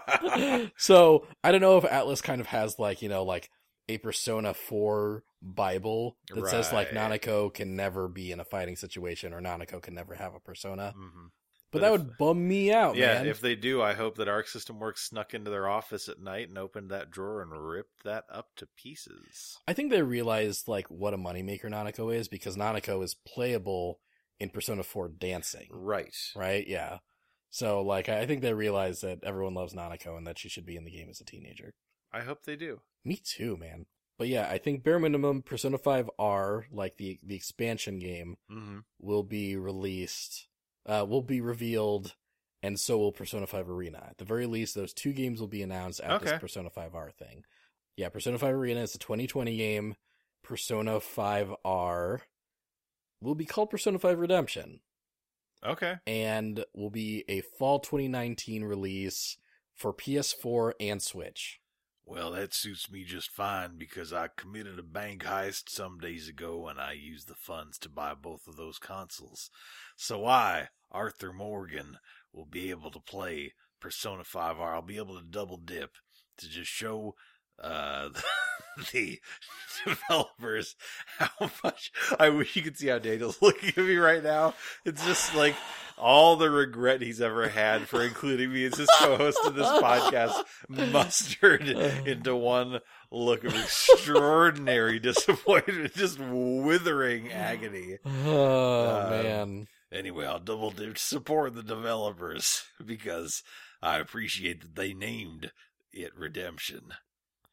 B: Mm-hmm.
A: so i don't know if atlas kind of has like you know like a persona 4 bible that says like
B: Right.
A: nanako can never be in a fighting situation or nanako can never have a persona
B: Mhm.
A: but,
B: But
A: that
B: if-
A: would bum me out
B: yeah,
A: Oh, man
B: if they do, I hope that Arc System Works snuck into their office at night and opened that drawer and ripped that up to pieces.
A: I think they realized like what a moneymaker Nanako is because Nanako is playable in Persona 4 dancing,
B: Right.
A: right? Yeah. So like I I think they realized that everyone loves Nanako and that she should be in the game as a teenager.
B: I hope they do.
A: Me too, man. But yeah, I think bare minimum Persona 5 R, like the the expansion game,
B: Mm-hmm.
A: will be released, uh, will be revealed, and so will Persona 5 Arena. At the very least, those two games will be announced at this
B: Okay.
A: Persona 5R thing. Yeah, Persona 5 Arena is a 2020 game. Persona 5R will be called Persona 5 Redemption
B: Okay.
A: and will be a fall 2019 release for PS4 and Switch.
B: Well, that suits me just fine because I committed a bank heist some days ago and I used the funds to buy both of those consoles. So I, Arthur Morgan, will be able to play Persona 5R. I'll be able to double dip to just show uh, the developers how much. I wish you could see how Daniel's looking at me right now. It's just like all the regret he's ever had for including me as his co host of this podcast mustered into one look of extraordinary disappointment, just withering agony.
A: Oh
B: Uh,
A: man.
B: Anyway, I'll double dip to support the developers because I appreciate that they named it Redemption.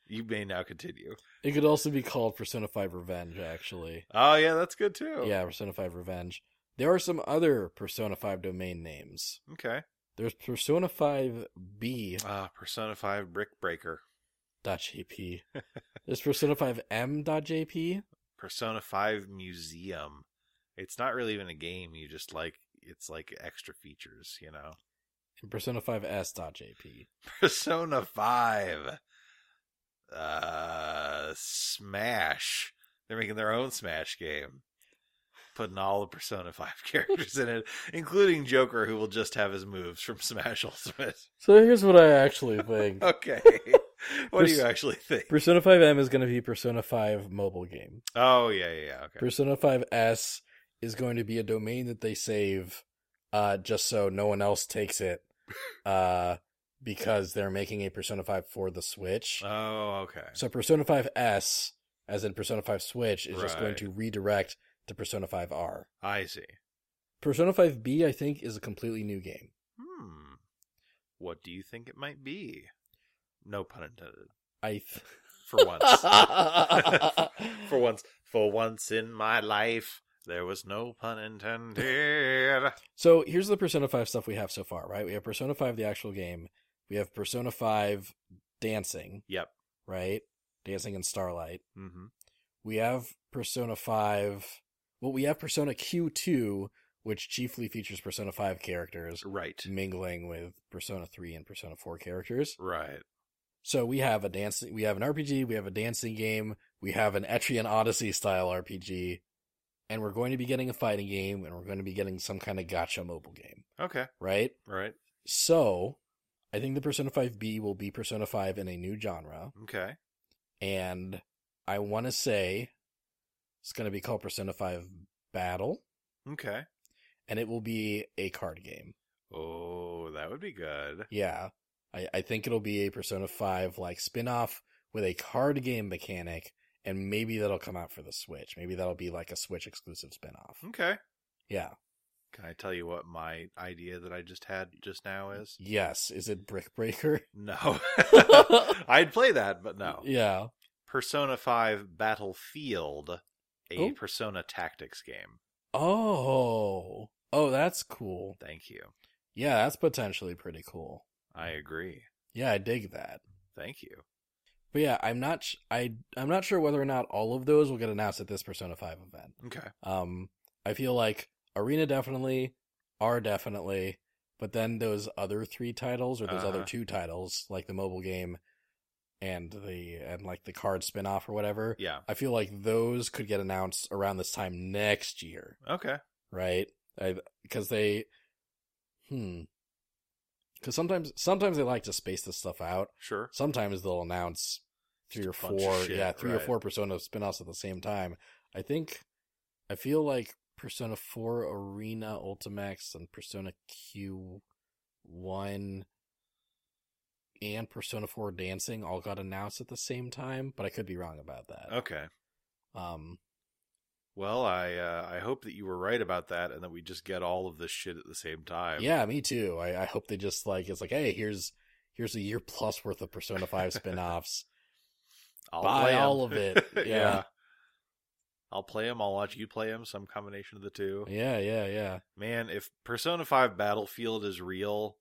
B: You may now continue.
A: It could also be called Persona 5 Revenge actually.
B: Oh yeah, that's good too.
A: Yeah, Persona 5 Revenge. There are some other Persona 5 domain names.
B: Okay.
A: There's Persona 5 B
B: Ah, Persona Five Brick Breaker.
A: dot JP. There's Persona 5 M dot JP.
B: Persona Five Museum. It's not really even a game. You just like it's like extra features. You know.
A: And Persona 5 S dot JP.
B: Persona 5. Uh Smash. They're making their own Smash game. putting all the Persona 5 characters in it, including Joker, who will just have his moves from Smash Ultimate.
A: So here's what I actually think.
B: Okay. what do you actually think?
A: Persona 5M is going to be Persona 5 mobile game.
B: Oh, yeah, yeah, yeah. Okay.
A: Persona 5S is going to be a domain that they save uh, just so no one else takes it uh, because they're making a Persona 5 for the Switch.
B: Oh, okay.
A: So Persona 5S, as in Persona 5 Switch, is just going
B: Right.
A: to redirect to Persona 5R.
B: I see.
A: Persona 5B, I think, is a completely new game.
B: Hmm. What do you think it might be? No pun intended.
A: I
B: For once.
A: th-
B: for once. For once in my life, there was no pun intended.
A: So here's the Persona 5 stuff we have so far, right? We have Persona 5, the actual game. We have Persona 5 dancing,
B: yep.
A: right? Dancing in Starlight.
B: Mm-hmm.
A: We have Persona 5. Well, we have Persona Q2, which chiefly features Persona 5 characters
B: Right.
A: mingling with Persona 3 and Persona 4 characters.
B: Right.
A: So we have a dance, we have an RPG, we have a dancing game, we have an Etrian Odyssey style RPG, and we're going to be getting a fighting game, and we're going to be getting some kind of gotcha mobile game,
B: Okay.
A: right?
B: Right.
A: So, I think the Persona 5B will be Persona 5 in a new genre,
B: Okay.
A: and I want to say it's going to be called Persona 5 Battle,
B: Okay.
A: and it will be a card game.
B: Oh, that would be good.
A: Yeah. I, I think it'll be a Persona 5 like spin off with a card game mechanic, and maybe that'll come out for the Switch. Maybe that'll be like a Switch exclusive spin off.
B: Okay.
A: Yeah.
B: Can I tell you what my idea that I just had just now is?
A: Yes. Is it Brick Breaker?
B: No. I'd play that, but no.
A: Yeah.
B: Persona 5 Battlefield, a
A: Oh.
B: Persona Tactics game.
A: Oh. Oh, that's cool.
B: Thank you.
A: Yeah, that's potentially pretty cool.
B: I agree.
A: Yeah, I dig that.
B: Thank you.
A: But yeah, I'm not sh- I I'm not sure whether or not all of those will get announced at this Persona 5 event.
B: Okay.
A: Um I feel like Arena definitely, R definitely, but then those other three titles or those other
B: Uh-huh.
A: two titles like the mobile game and the and like the card spin-off or whatever,
B: Yeah.
A: I feel like those could get announced around this time next year,
B: Okay.
A: right? Because they hmm because sometimes sometimes they like to space this stuff out
B: Sure.
A: sometimes they'll announce three or
B: Just a bunch of
A: four
B: shit,
A: yeah three or
B: right.
A: four persona spin-offs at the same time i think i feel like persona 4 arena ultimax and persona q1 and persona 4 dancing all got announced at the same time but i could be wrong about that
B: Okay.
A: um
B: Well, I uh, I hope that you were right about that and that we just get all of this shit at the same time.
A: yeah me too I, I hope they just like it's like hey here's here's a year plus worth of persona 5 spin-offs
B: I'll
A: Buy
B: play 'em.
A: all of it. Yeah.
B: I'll play them. I'll watch you play them. Some combination of the two.
A: yeah yeah yeah
B: Man, if Persona 5 Battlefield is real,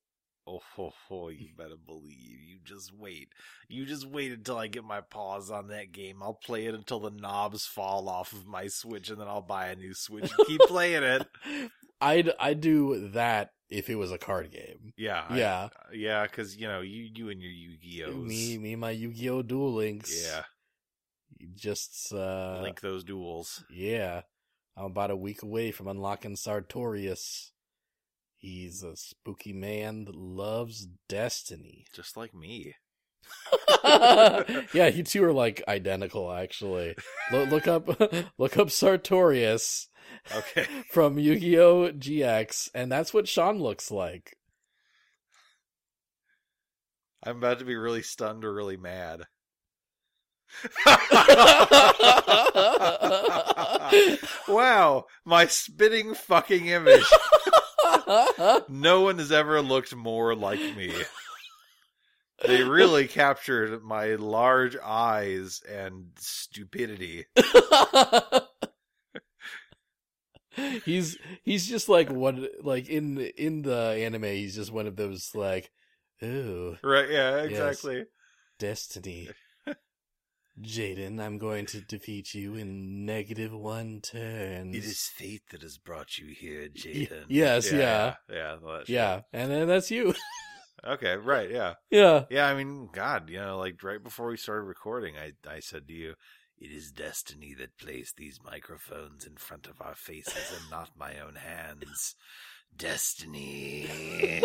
B: oh, ho, ho, you better believe. You just wait. You just wait until I get my paws on that game. I'll play it until the knobs fall off of my Switch, and then I'll buy a new Switch and keep playing it.
A: I'd I'd do that if it was a card game.
B: Yeah. I- uh,
A: yeah,
B: yeah, because, you know, you, you and your Yu-Gi-Ohs.
A: me me and my Yu-Gi-Oh Duel Links.
B: Yeah.
A: just uh,
B: Link those duels.
A: Yeah, I'm about a week away from unlocking Sartorius. He's a spooky man that loves destiny.
B: Just like me.
A: yeah, you two are like identical, actually. Look, look up, look up Sartorius
B: Okay.
A: from Yu-Gi-Oh GX, and that's what Sean looks like.
B: I'm about to be really stunned or really mad. wow, my spitting fucking image. No one has ever looked more like me. They really captured my large eyes and stupidity.
A: he's he's just like one like in the- in the anime he's just one of those like ooh
B: Right, yeah,
A: Yes. Mm.
B: exactly.
A: destiny Jaden I'm going to defeat you in negative one turn
B: fate that has brought you here,
A: yes,
B: Yeah. Yeah. all that shit.
A: yeah and then that's you
B: Okay, right, yeah.
A: yeah
B: Yeah, I mean, God, you know, like right before we started recording, I I said to you, It is destiny that placed these microphones in front of our faces and not my own hands. Destiny.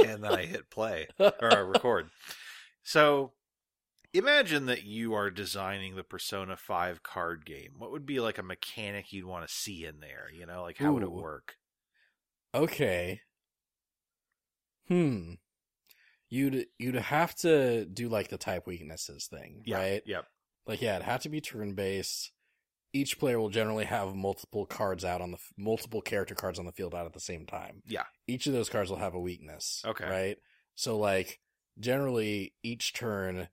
B: and then I hit play or I record. So imagine that you are designing the Persona 5 card game. What would be like a mechanic you'd want to see in there? You know, like how would it
A: Ooh.
B: work?
A: Okay. Hmm. You'd you'd have to do like the type weaknesses thing,
B: Yeah,
A: right?
B: Yep.
A: Like yeah, it'd have to be turn based. Each player will generally have multiple cards out on the f- multiple character cards on the field out at the same time.
B: Yeah.
A: Each of those cards will have a weakness.
B: Okay.
A: Right? So like generally each turn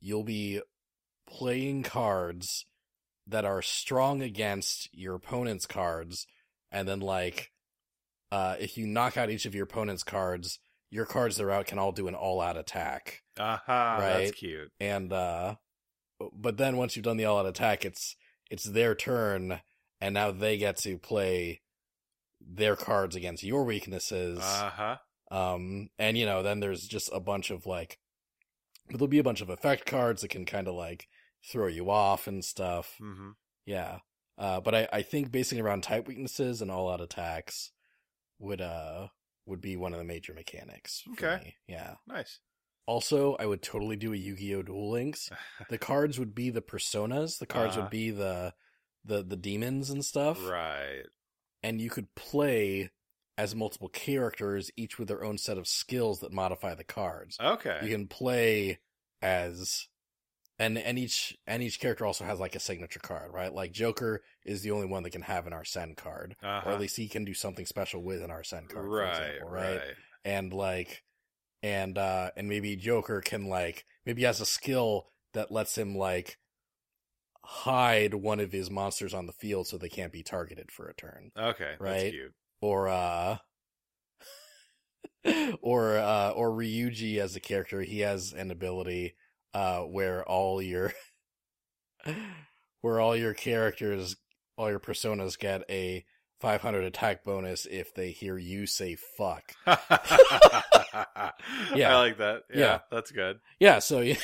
A: you'll be playing cards that are strong against your opponent's cards and then like uh if you knock out each of your opponent's cards your cards that are out can all do an all out attack
B: Aha,
A: Right.
B: Uh-huh, that's cute.
A: and uh but then once you've done the all out attack it's it's their turn and now they get to play their cards against your weaknesses
B: Uh-huh.
A: um and you know then there's just a bunch of like there'll be a bunch of effect cards that can kind of like throw you off and stuff
B: hmm
A: yeah. Uh, but I, I think basing around type weaknesses and all out attacks would uh would be one of the major mechanics. for
B: Okay.
A: me. Yeah.
B: Nice.
A: Also, I would totally do a Yu-Gi-Oh! Duel Links. The cards would be the personas. The cards
B: Uh-huh.
A: would be the the the demons and stuff.
B: right.
A: And you could play as multiple characters, each with their own set of skills that modify the cards.
B: Okay.
A: You can play as and and each and each character also has like a signature card, right? Like Joker is the only one that can have an Arsene card.
B: Uh-huh.
A: Or at least he can do something special with an Arsene card, for
B: right,
A: example,
B: right.
A: And like and uh and maybe Joker can like maybe he has a skill that lets him like hide one of his monsters on the field so they can't be targeted for a turn.
B: Okay. That's
A: Right.
B: cute.
A: Or uh or uh or Ryuji as a character, he has an ability uh where all your where all your characters all your personas get a 500 attack bonus if they hear you say fuck.
B: I
A: Yeah.
B: like that. Yeah,
A: Yeah.
B: That's good.
A: Yeah, so you,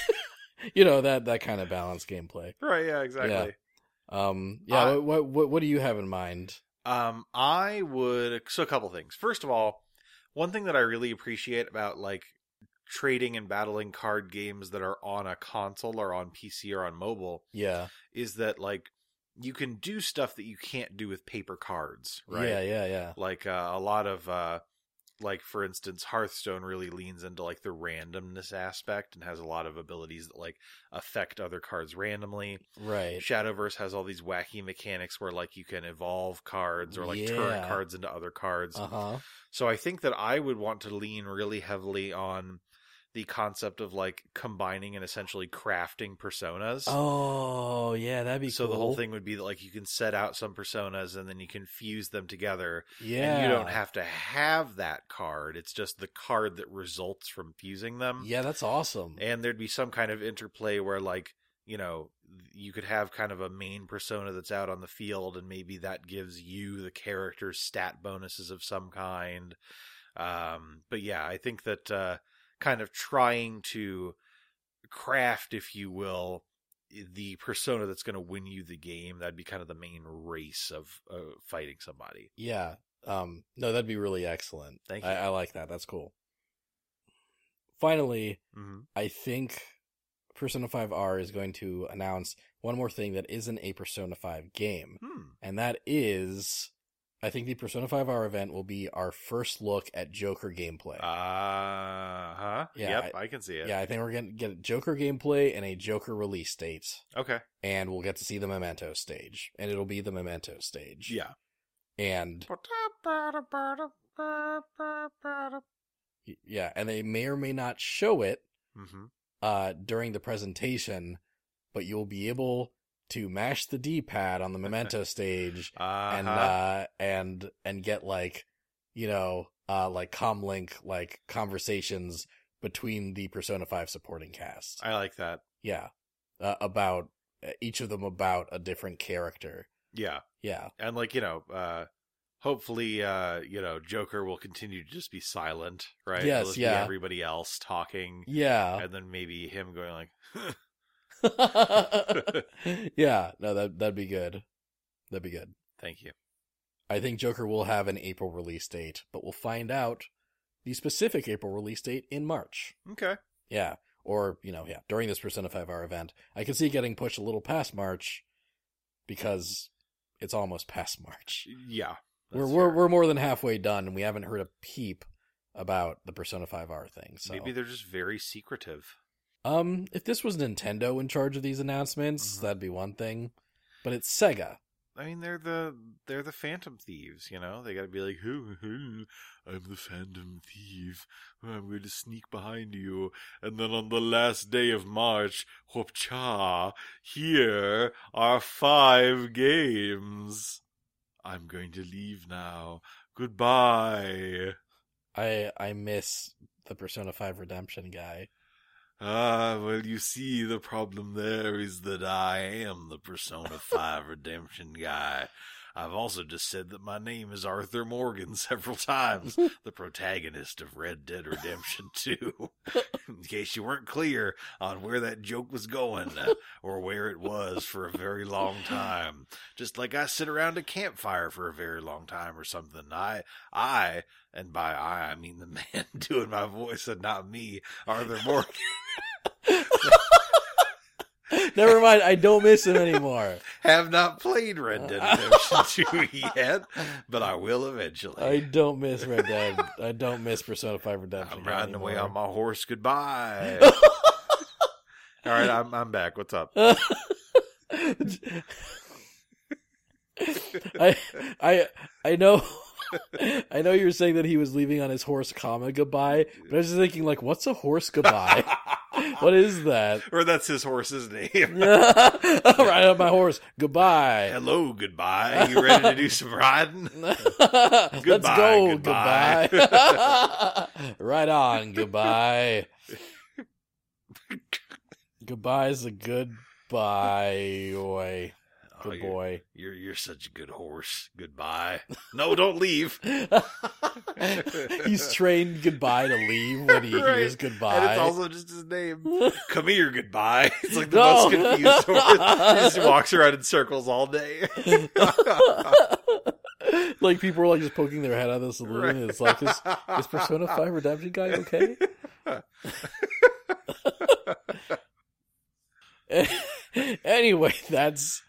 A: you know that that kind of balanced gameplay.
B: Right. Yeah, exactly.
A: Um yeah,
B: I-
A: what, what what do you have in mind?
B: Um, I would, so a couple things. First of all, one thing that I really appreciate about like trading and battling card games that are on a console or on PC or on mobile
A: Yeah.
B: is that like you can do stuff that you can't do with paper cards, right?
A: Yeah, yeah, yeah.
B: like uh, a lot of uh like for instance hearthstone really leans into like the randomness aspect and has a lot of abilities that like affect other cards randomly
A: Right.
B: shadowverse has all these wacky mechanics where like you can evolve cards or like turn
A: Yeah.
B: cards into other cards
A: Uh-huh.
B: so i think that i would want to lean really heavily on the concept of like combining and essentially crafting personas
A: Oh, yeah, that'd be
B: so
A: cool.
B: the whole thing would be that like you can set out some personas and then you can fuse them together
A: Yeah.
B: and you don't have to have that card. It's just the card that results from fusing them.
A: Yeah, that's awesome.
B: And there'd be some kind of interplay where, like, you know, you could have kind of a main persona that's out on the field, and maybe that gives you the character's stat bonuses of some kind. Um, but yeah, I think that uh, kind of trying to craft, if you will, the persona that's going to win you the game that'd be kind of the main race of uh, fighting somebody.
A: Yeah. Um no, that'd be really excellent.
B: Thank you.
A: I, I like that. That's cool. Finally,
B: hmm
A: I think Persona 5R is going to announce one more thing that isn't a Persona 5 game,
B: Hmm.
A: and that is I think the Persona 5R event will be our first look at Joker gameplay.
B: Ah, Uh huh.
A: Yeah,
B: yep, I, can see it.
A: yeah, I think we're going to get Joker gameplay and a Joker release date,
B: Okay.
A: and we'll get to see the Memento stage, and it'll be the Memento stage.
B: Yeah.
A: And
B: Mm-hmm.
A: y- yeah, and they may or may not show it
B: Mm-hmm.
A: uh, during the presentation, but you'll be able to mash the D-pad on the memento stage
B: Uh-huh.
A: and uh, and and get like you know uh, like comlink like conversations between the Persona Five supporting cast.
B: I like that.
A: yeah, uh, about uh, each of them about a different character.
B: Yeah,
A: Yeah,
B: and like you know, uh, hopefully, uh, you know, Joker will continue to just be silent, right? It'll
A: Yes,
B: just be
A: yeah.
B: everybody else talking,
A: yeah,
B: and then maybe him going like,
A: yeah, no, that that'd be good. That'd be good.
B: Thank you.
A: I think Joker will have an April release date, but we'll find out the specific April release date in March.
B: Okay.
A: Yeah, or you know, yeah, during this percent of five hour event, I can see getting pushed a little past March because it's almost past March.
B: Yeah.
A: We're
B: that's
A: we're
B: fair.
A: we're more than halfway done, and we haven't heard a peep about the Persona Five R thing. So
B: Maybe they're just very secretive.
A: um, if this was Nintendo in charge of these announcements,
B: Mhm.
A: that'd be one thing, but it's Sega.
B: I mean, they're the they're the Phantom Thieves, you know. They got to be like, "Hoo, hoo, "I'm the Phantom Thief. I'm going to sneak behind you, and then on the last day of March, whoop cha! Here are five games. I'm going to leave now. Goodbye.
A: I I miss the Persona Five Redemption guy.
B: Ah, well, you see, the problem there is that I am the Persona 5 Redemption guy. I've also just said that my name is Arthur Morgan several times, the protagonist of Red Dead Redemption 2. In case you weren't clear on where that joke was going uh, or where it was for a very long time. Just like I sit around a campfire for a very long time or something. I, I, and by I, I mean the man doing my voice and not me, Arthur Morgan.
A: Never mind, I don't miss him anymore.
B: have not played Red Dead Redemption 2 yet, but I will eventually.
A: I don't miss Red Dead. I don't miss Persona Five Redemption.
B: am riding away on
A: anymore.
B: my horse. Goodbye. All right, I'm I'm back. What's up?
A: I I I know I know you were saying that he was leaving on his horse, comma goodbye. But I was just thinking, like, what's a horse goodbye? what is that?
B: Or that's his horse's name.
A: right on my horse, goodbye.
B: Hello, goodbye. You ready to do some riding?
A: Let's go,
B: goodbye.
A: goodbye. right on, goodbye. goodbye is a good bye. Boy.
B: Oh,
A: Good
B: you're-
A: boy.
B: You're you're such a good horse. Goodbye. No, don't leave.
A: He's trained goodbye to leave when he
B: Right.
A: hears goodbye.
B: And it's also just his name. Come here, goodbye. It's like the
A: No.
B: most confused horse. He just walks around in circles all day.
A: like people were like just poking their head out of the saloon. And it's like, is, is Persona Five Redemption guy okay? anyway, that's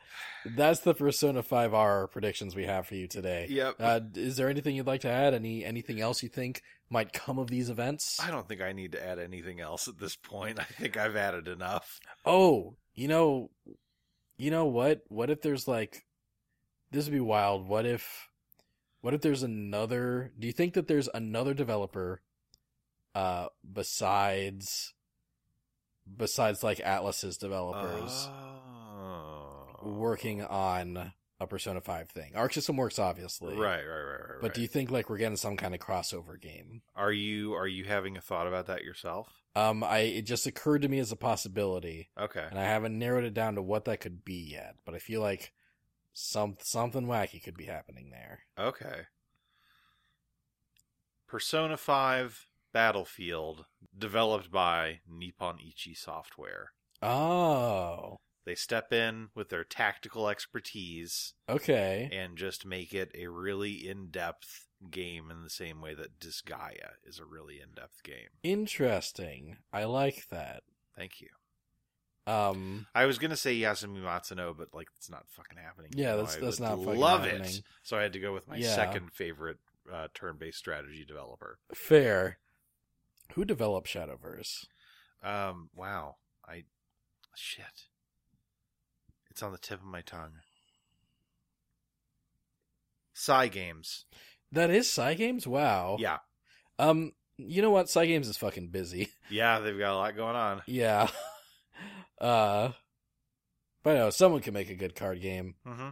A: that's the Persona Five R predictions we have for you today.
B: Yep.
A: Uh, is there anything you'd like to add? Any anything else you think might come of these events?
B: I don't think I need to add anything else at this point. I think I've added enough.
A: Oh, you know, you know what? What if there's like, this would be wild. What if, what if there's another? Do you think that there's another developer, uh, besides, besides like Atlas's developers
B: Oh.
A: working on a Persona Five thing? Arc System Works, obviously,
B: Right, right, right, right. right.
A: But do you think like we're getting some kind of crossover game?
B: are you are you having a thought about that yourself?
A: Um, I it just occurred to me as a possibility.
B: Okay.
A: and I haven't narrowed it down to what that could be yet. But I feel like some something wacky could be happening there.
B: Okay. Persona 5 Battlefield developed by Nippon Ichi Software.
A: Oh,
B: They step in with their tactical expertise
A: okay,
B: and just make it a really in-depth game in the same way that Disgaea is a really in-depth game.
A: interesting. I like that.
B: Thank you.
A: Um,
B: I was gonna say Yasumi Matsuno, but like it's not fucking happening.
A: Yeah,
B: You know,
A: that's-
B: I
A: that's
B: would
A: not fucking
B: love
A: happening.
B: it. So I had to go with my
A: Yeah.
B: second favorite uh, turn-based strategy developer.
A: fair. Who developed Shadowverse?
B: Um, wow, I shit, it's on the tip of my tongue. Psy Games,
A: That is Cygames. Wow.
B: yeah,
A: Um, you know what? Cygames is fucking busy.
B: yeah, they've got a lot going on.
A: yeah. Uh, but no, someone can make a good card game.
B: Mm-hmm.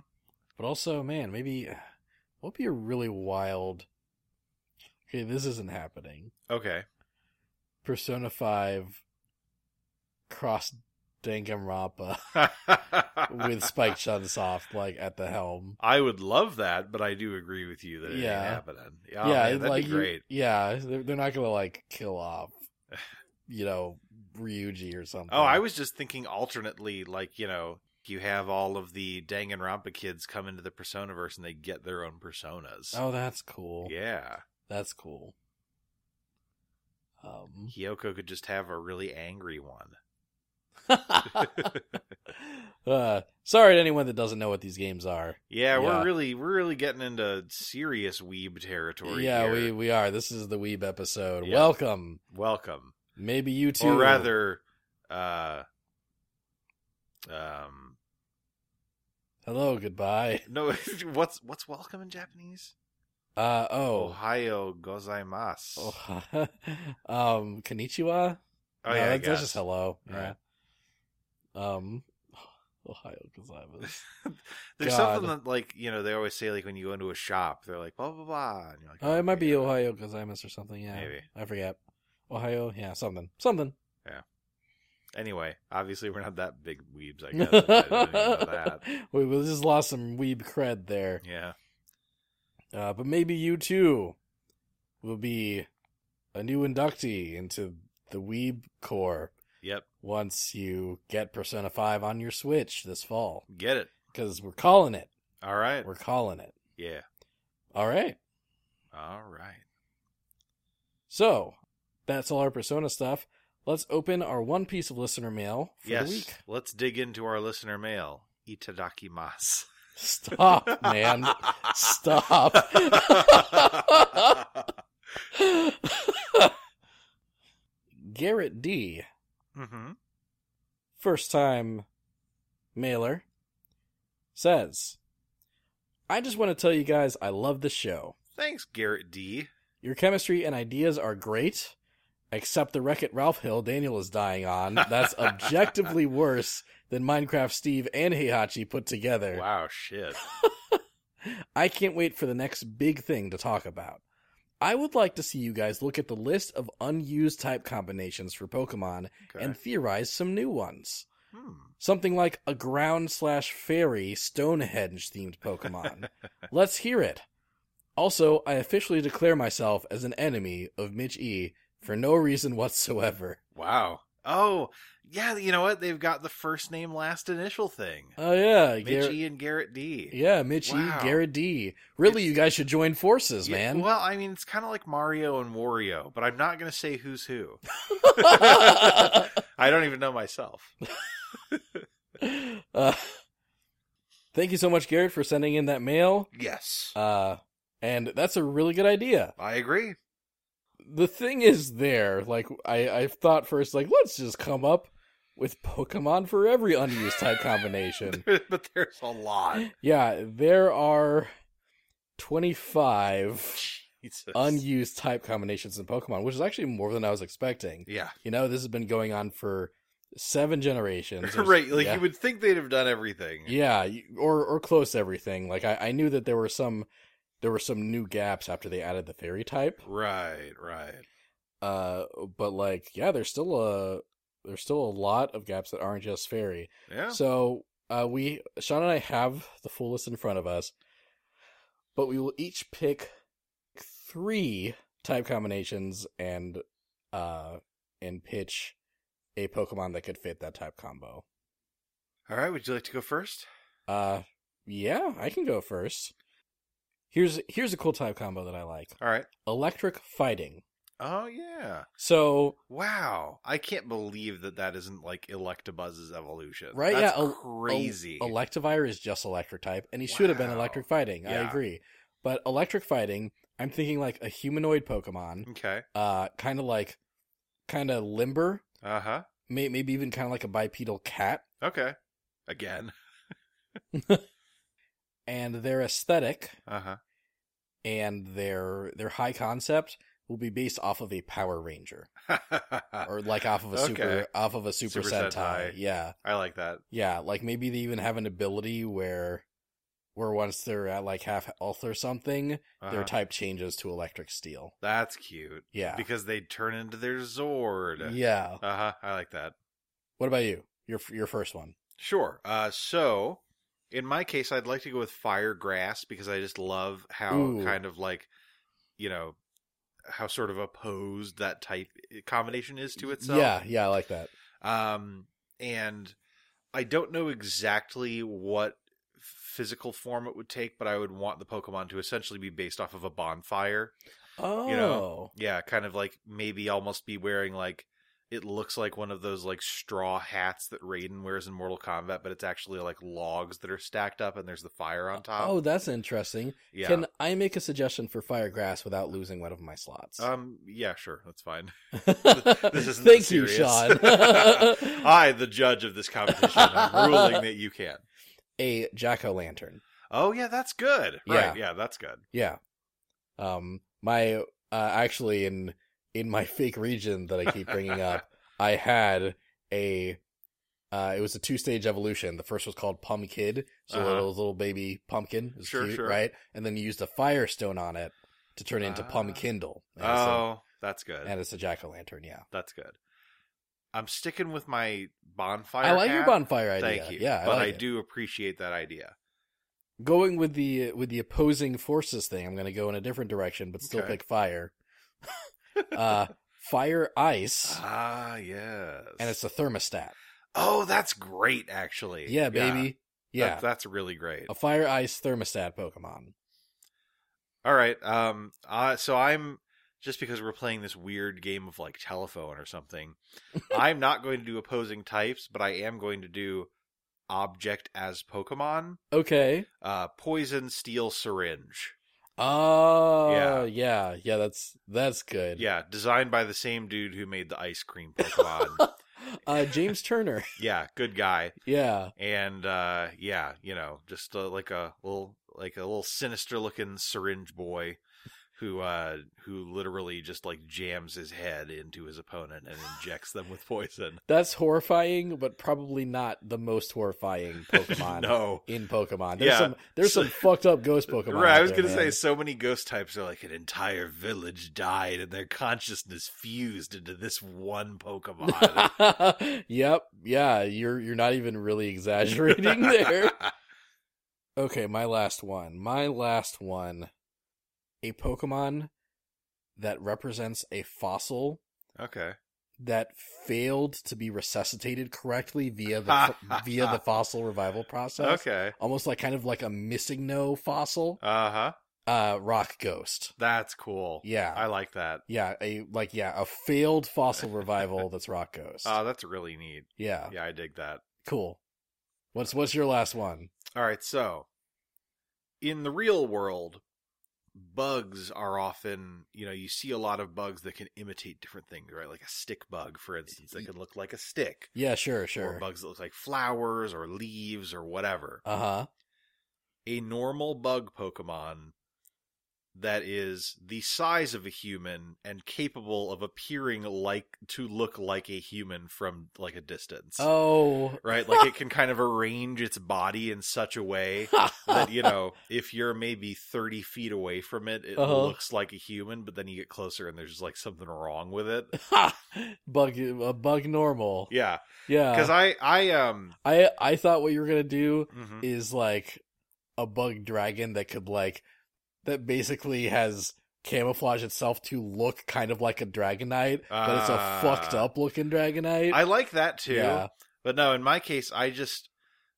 A: But also, man, maybe what would be a really wild. Okay, this isn't happening.
B: Okay,
A: Persona Five cross Danganronpa with Spike Chunsoft like at the helm.
B: I would love that, but I do agree with you that it
A: Yeah.
B: ain't happening. Oh, man, that'd
A: like
B: be
A: you-
B: great.
A: yeah, they're, they're not gonna like kill off, you know, Ryuji or something.
B: Oh, I was just thinking alternately, like, you know, you have all of the Danganronpa kids come into the Personaverse and they get their own personas.
A: Oh, that's cool.
B: Yeah.
A: That's cool. Um,
B: Kyoko could just have a really angry one.
A: uh, sorry to anyone that doesn't know what these games are. Yeah.
B: Yeah, we're really we're really getting into serious weeb territory.
A: yeah,
B: here.
A: we we are. This is the Weeb episode.
B: Yeah.
A: Welcome.
B: welcome.
A: Maybe you too.
B: Or rather uh um
A: hello, goodbye.
B: no what's what's welcome in Japanese?
A: Uh oh.
B: Ohio gozaimasu.
A: oh. um, konnichiwa.
B: Oh,
A: No,
B: yeah, I
A: that's, that's
B: guess.
A: just hello.
B: Right.
A: Yeah. Um, Ohio gozaimasu.
B: There's
A: God.
B: something that like you know they always say like when you go into a shop they're like blah blah blah and you're like
A: Oh, it might be
B: yeah.
A: Ohio gozaimasu or something. Yeah,
B: Maybe.
A: I forget. Ohio, yeah, something, something.
B: Anyway, obviously we're not that big weebs, I
A: we
B: guess. I didn't even know that.
A: we just lost some weeb cred there,
B: Yeah.
A: uh, but maybe you too will be a new inductee into the weeb core
B: Yep.
A: once you get Persona Five on your Switch this fall.
B: Get it.
A: Because we're calling it,
B: All right.
A: we're calling it.
B: Yeah.
A: All right.
B: All right.
A: So that's all our Persona stuff. Let's open our one piece of listener mail for
B: yes.
A: the week.
B: Let's dig into our listener mail. Itadakimasu.
A: Stop, man. Stop. Garrett D,
B: hmm
A: first time mailer, says, I just want to tell you guys I love the show.
B: Thanks, Garrett D.
A: Your chemistry and ideas are great, except the Wreck It Ralph Hill Daniel is dying on. That's objectively worse than Minecraft Steve and Heihachi put together.
B: Wow, shit.
A: I can't wait for the next big thing to talk about. I would like to see you guys look at the list of unused type combinations for Pokemon
B: Okay.
A: and theorize some new ones.
B: Hmm.
A: Something like a ground slash fairy Stonehenge themed Pokemon. Let's hear it. Also, I officially declare myself as an enemy of Mitch E for no reason whatsoever.
B: Wow. Oh, yeah. You know what? They've got the first name, last initial thing.
A: Oh yeah,
B: Mitch
A: Garrett-
B: E and Garrett D.
A: yeah, Mitch
B: Wow.
A: E, Garrett D. Really, you guys should join forces,
B: Yeah,
A: man.
B: Well, I mean, it's kind of like Mario and Wario, but I'm not going to say who's who. I don't even know myself.
A: uh, thank you so much, Garrett, for sending in that mail.
B: Yes.
A: Uh, and that's a really good idea.
B: I agree.
A: The thing is, there, like I, I thought first, like let's just come up with Pokemon for every unused type combination.
B: but there's a lot.
A: yeah, there are twenty-five
B: Jesus.
A: unused type combinations in Pokemon, which is actually more than I was expecting.
B: yeah.
A: You know, this has been going on for seven generations. or-
B: right. Like
A: yeah.
B: you would think they'd have done everything.
A: Yeah, you- or or close to everything. Like I, I knew that there were some there were some new gaps after they added the fairy type.
B: Right, right.
A: Uh, but like yeah, there's still a there's still a lot of gaps that aren't just fairy.
B: Yeah.
A: So uh, we Sean and I have the full list in front of us, but we will each pick three type combinations and uh and pitch a Pokemon that could fit that type combo.
B: All right, would you like to go first?
A: Uh yeah, I can go first. Here's here's a cool type combo that I like.
B: All right.
A: Electric fighting.
B: Oh yeah.
A: So,
B: Wow. I can't believe that that isn't like Electabuzz's evolution.
A: Right,
B: That's
A: yeah, el-
B: crazy.
A: El- Electivire is just electric type and he should have been
B: Wow.
A: electric fighting. I
B: Yeah.
A: agree. But electric fighting, I'm thinking like a humanoid Pokemon,
B: okay.
A: uh kind of like kind of limber,
B: Uh-huh.
A: may- maybe even kind of like a bipedal cat
B: Okay. Again.
A: and their aesthetic
B: Uh-huh.
A: and their their high concept will be based off of a Power Ranger or like off of a super
B: Okay.
A: off of a super,
B: Super
A: Sentai.
B: Sentai.
A: Yeah.
B: I like that.
A: Yeah, like maybe they even have an ability where where once they're at like half health or something,
B: Uh-huh.
A: their type changes to electric steel.
B: That's cute.
A: Yeah.
B: Because they turn into their Zord.
A: Yeah.
B: Uh huh. I like that.
A: What about you? Your your first one.
B: Sure. Uh, so in my case, I'd like to go with fire grass because I just love how
A: Ooh.
B: kind of like, you know, how sort of opposed that type eh, combination is to itself.
A: Yeah, yeah, I like that.
B: Um, and I don't know exactly what physical form it would take, but I would want the Pokemon to essentially be based off of a bonfire.
A: Oh,
B: know, Yeah, kind of like maybe almost be wearing like it looks like one of those like straw hats that Raiden wears in Mortal Kombat, but it's actually like logs that are stacked up and there's the fire on top.
A: oh, that's interesting.
B: uh, yeah.
A: Can I make a suggestion for Firegrass without losing one of my slots?
B: um yeah, sure, that's fine. this isn't
A: Thank you,
B: serious.
A: Sean.
B: I, the judge of this competition, am ruling that you can.
A: a jack o' lantern.
B: Oh yeah, that's good.
A: Yeah.
B: Right, yeah, that's good.
A: Yeah. Um, my uh, actually in in my fake region that I keep bringing up, I had a uh, it was a two stage evolution. The first was called Pumpkid, so a
B: Uh-huh.
A: little little baby pumpkin, It was
B: Sure,
A: cute,
B: sure.
A: right? And then you used a firestone on it to turn it into
B: Ah.
A: Pumpkindle. And it's a-
B: Oh, that's good.
A: and it's a jack o' lantern. Yeah,
B: That's good. I'm sticking with my bonfire.
A: I like your
B: hat.
A: bonfire idea.
B: Thank you.
A: Yeah, I
B: but
A: like
B: I
A: it.
B: do appreciate that idea.
A: Going with the with the opposing forces thing, I'm going to go in a different direction, but still
B: Okay.
A: pick fire. uh, fire ice.
B: Ah, yes.
A: and it's a thermostat.
B: oh, that's great, actually.
A: Yeah, baby. Yeah.
B: That- that's really great.
A: a fire ice thermostat Pokemon.
B: All right. Um. Uh, so I'm just because we're playing this weird game of like telephone or something. I'm not going to do opposing types, but I am going to do object as Pokemon.
A: Okay.
B: Uh, poison, steel, syringe.
A: Oh yeah.
B: Yeah.
A: yeah, that's that's good.
B: Yeah, designed by the same dude who made the ice cream Pokemon.
A: Uh James Turner.
B: yeah, good guy.
A: yeah.
B: and uh yeah you know just uh, like a little like a little sinister looking syringe boy who uh who literally just like jams his head into his opponent and injects them with poison
A: That's horrifying, but probably not the most horrifying Pokemon
B: no
A: in Pokemon. There's
B: Yeah.
A: some there's some fucked up ghost Pokemon.
B: right i
A: out
B: was
A: there,
B: gonna say
A: man.
B: so many ghost types are like an entire village died and their consciousness fused into this one pokemon
A: yep. Yeah, you're you're not even really exaggerating there. Okay, my last one. My last one. A Pokemon that represents a fossil
B: okay
A: that failed to be resuscitated correctly via the via the fossil revival process.
B: okay
A: Almost like kind of like a missing no fossil.
B: uh-huh
A: Uh rock ghost.
B: that's cool
A: Yeah.
B: i like that
A: yeah, a like yeah, a failed fossil revival that's rock ghost.
B: oh that's really neat
A: yeah.
B: yeah i dig that
A: Cool. What's what's your last one?
B: All right, so in the real world, bugs are often, you know, you see a lot of bugs that can imitate different things, right? Like a stick bug, for instance, that can look like a stick,
A: Yeah, sure,
B: or
A: sure.
B: bugs that look like flowers or leaves or whatever.
A: Uh-huh.
B: A normal bug Pokemon that is the size of a human and capable of appearing like to look like a human from like a distance.
A: Oh.
B: Right? Like it can kind of arrange its body in such a way that you know if you're maybe 30 feet away from it it
A: Uh-huh.
B: looks like a human but then you get closer and there's just like something wrong with it
A: bug a bug normal.
B: yeah
A: Yeah.
B: because i i um
A: I I thought what you were gonna do
B: mhm.
A: is like a bug dragon that could like that basically has camouflage itself to look kind of like a dragonite, but it's a
B: Ah.
A: fucked up looking dragonite.
B: i like that too
A: Yeah.
B: but no in my case i just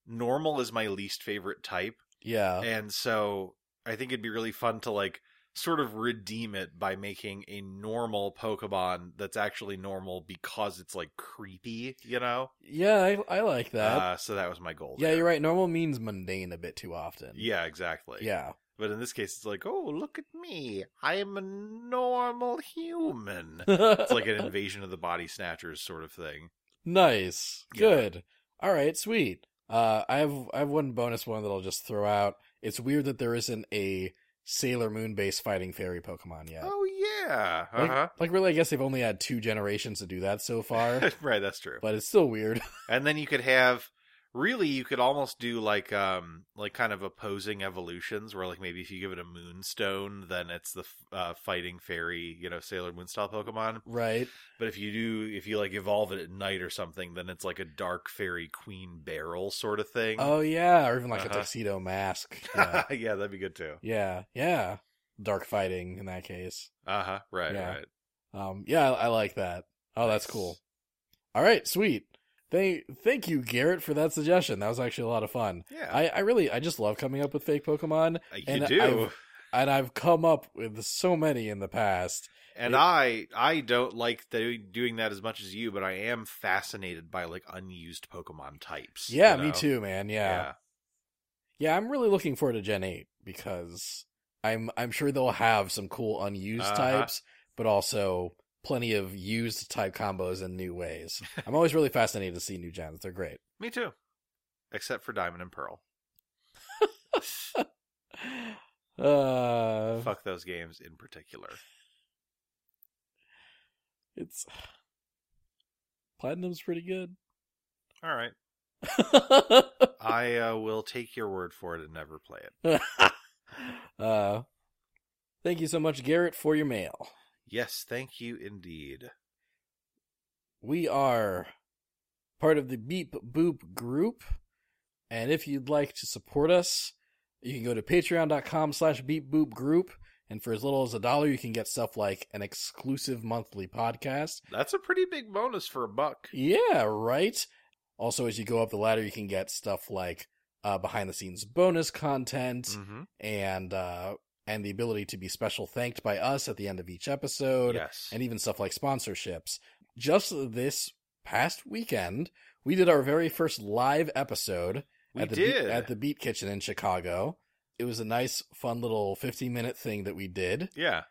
B: normal is my least favorite type
A: yeah.
B: and so i think it'd be really fun to like sort of redeem it by making a normal pokemon that's actually normal because it's like creepy you know
A: Yeah, I I like that.
B: uh, so that was my goal
A: yeah,
B: there.
A: you're right. Normal means mundane a bit too often.
B: yeah exactly
A: Yeah.
B: But in this case, it's like, oh, look at me. I'm a normal human. It's like an invasion of the body snatchers sort of thing.
A: Nice.
B: Yeah.
A: Good. All right, sweet. Uh I have I have one bonus one that I'll just throw out. It's weird that there isn't a Sailor Moon based fighting fairy Pokemon yet.
B: Oh, yeah.
A: Like,
B: Uh
A: like really, I guess they've only had two generations to do that so far,
B: huh. right, that's true.
A: but it's still weird.
B: And then you could have. Really, you could almost do like um like kind of opposing evolutions, where like maybe if you give it a moonstone, then it's the f- uh, fighting fairy, you know, Sailor Moon style Pokemon.
A: right?
B: But if you do, if you like evolve it at night or something, then it's like a dark fairy queen barrel sort of thing.
A: Oh yeah, or even like a
B: Uh-huh.
A: tuxedo mask. Yeah.
B: yeah, that'd be good too.
A: yeah, yeah. dark fighting in that case.
B: Uh huh. Right.
A: Yeah.
B: Right.
A: Um, yeah, I, I like that. Oh, that's
B: Nice.
A: cool. All right, sweet. Thank, thank you, Garrett, for that suggestion. That was actually a lot of fun.
B: Yeah.
A: I, I really, I just love coming up with fake Pokemon,
B: you
A: and
B: do.
A: I've- and I've come up with so many in the past.
B: and
A: it-
B: I I don't like do- doing that as much as you, but I am fascinated by like unused Pokemon types. you
A: Yeah, me
B: know?
A: too, man. yeah. Yeah, I'm really looking forward to Gen 8 because I'm I'm sure they'll have some cool unused
B: Uh-huh.
A: types, but also plenty of used type combos in new ways. I'm always really fascinated to see new gens. They're great.
B: Me too. Except for Diamond and Pearl.
A: Uh
B: Fuck those games in particular.
A: it's Platinum's pretty good.
B: All right. I uh, will take your word for it and never play it.
A: uh Thank you so much Garrett for your mail.
B: Yes, thank you indeed.
A: We are part of the Beep Boop group, and if you'd like to support us, you can go to patreon.com slash beep boop group, and for as little as a dollar, you can get stuff like an exclusive monthly podcast.
B: That's a pretty big bonus for a buck.
A: Yeah, right? Also, as you go up the ladder, you can get stuff like uh, behind the scenes bonus content
B: Mm-hmm.
A: and uh, and the ability to be special thanked by us at the end of each episode
B: Yes.
A: and even stuff like sponsorships. Just this past weekend, we did our very first live episode
B: we
A: at the
B: did.
A: Beat, at the Beat Kitchen in Chicago. It was a nice, fun little 15 minute thing that we did,
B: yeah.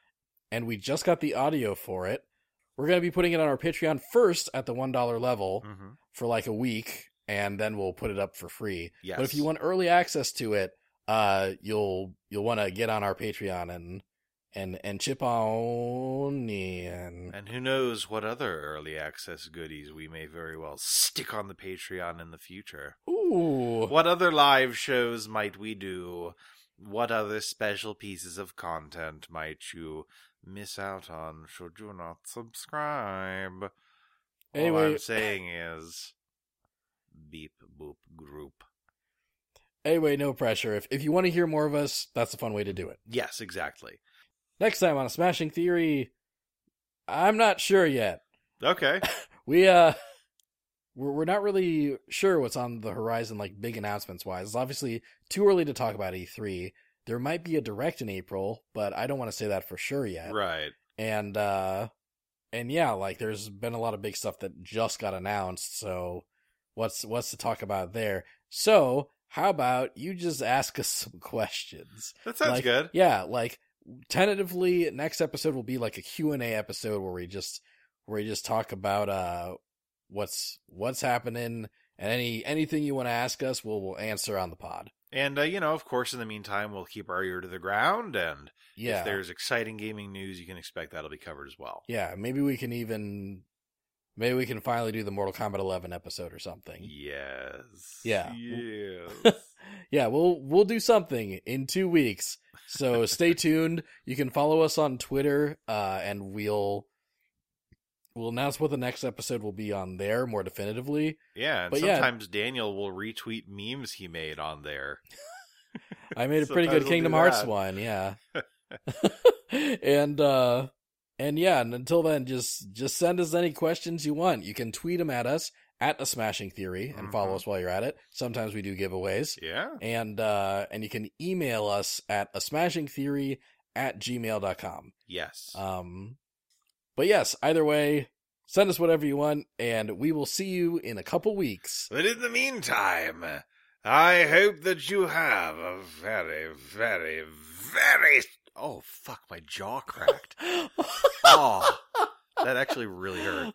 A: and we just got the audio for it. We're going to be putting it on our Patreon first at the $1 level
B: Mm-hmm.
A: for like a week, and then we'll put it up for free.
B: Yes.
A: But if you want early access to it, uh, you'll you'll want to get on our Patreon and and and chip on in.
B: And who knows what other early access goodies we may very well stick on the Patreon in the future.
A: Ooh.
B: What other live shows might we do? What other special pieces of content might you miss out on should you not subscribe? All
A: Anyway-
B: I'm saying is beep boop group.
A: Anyway, no pressure. If if you want to hear more of us, that's a fun way to do it.
B: Yes, exactly.
A: Next time on a Smashing Theory, I'm not sure yet.
B: Okay.
A: We uh we're we're not really sure what's on the horizon like big announcements wise. It's obviously too early to talk about E3. There might be a direct in April, but I don't want to say that for sure yet.
B: right.
A: And uh and yeah, like there's been a lot of big stuff that just got announced, so what's what's to talk about there? So, how about you just ask us some questions?
B: That sounds
A: Like-
B: good.
A: yeah like tentatively next episode will be like a q&a episode where we just where we just talk about uh what's what's happening and any anything you want to ask us we'll we'll answer on the pod
B: And uh, you know, of course in the meantime we'll keep our ear to the ground and
A: yeah
B: if there's exciting gaming news you can expect that'll be covered as well.
A: yeah maybe we can even maybe we can finally do the mortal kombat 11 episode or something
B: Yes.
A: Yeah.
B: Yes.
A: yeah we'll we'll do something in two weeks so stay tuned you can follow us on twitter uh and we'll we'll announce what the next episode will be on there more definitively
B: Yeah, and
A: But yeah.
B: sometimes Daniel will retweet memes he made on there.
A: I made a pretty
B: Sometimes
A: good
B: we'll
A: Kingdom
B: do
A: Hearts
B: that.
A: one, yeah. and uh and yeah, and until then just just send us any questions you want. You can tweet them at us at a smashing theory and follow
B: Mhm.
A: us while you're at it. Sometimes we do giveaways.
B: Yeah.
A: And uh and you can email us at a smashing theory at gmail.com.
B: Yes.
A: Um but yes, either way, send us whatever you want, and we will see you in a couple weeks.
B: but in the meantime, I hope that you have a very, very, very. Oh, fuck, my jaw cracked. oh, that actually really hurt.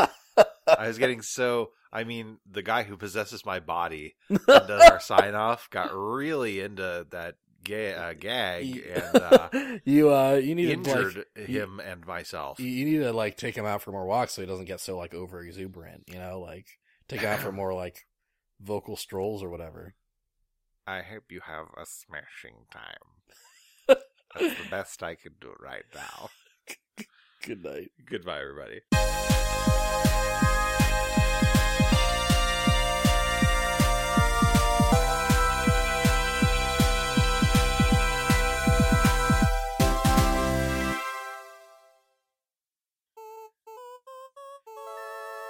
B: I was getting so. I mean, the guy who possesses my body and does our sign off got really into that ga- uh, gag
A: Ye-
B: and uh,
A: you uh you need to like
B: injured him and myself.
A: you- you need to like take him out for more walks so he doesn't get so like over exuberant, you know, like take him out for more like vocal strolls or whatever.
B: I hope you have a smashing time. That's the best I can do right now.
A: Good night.
B: Goodbye, everybody.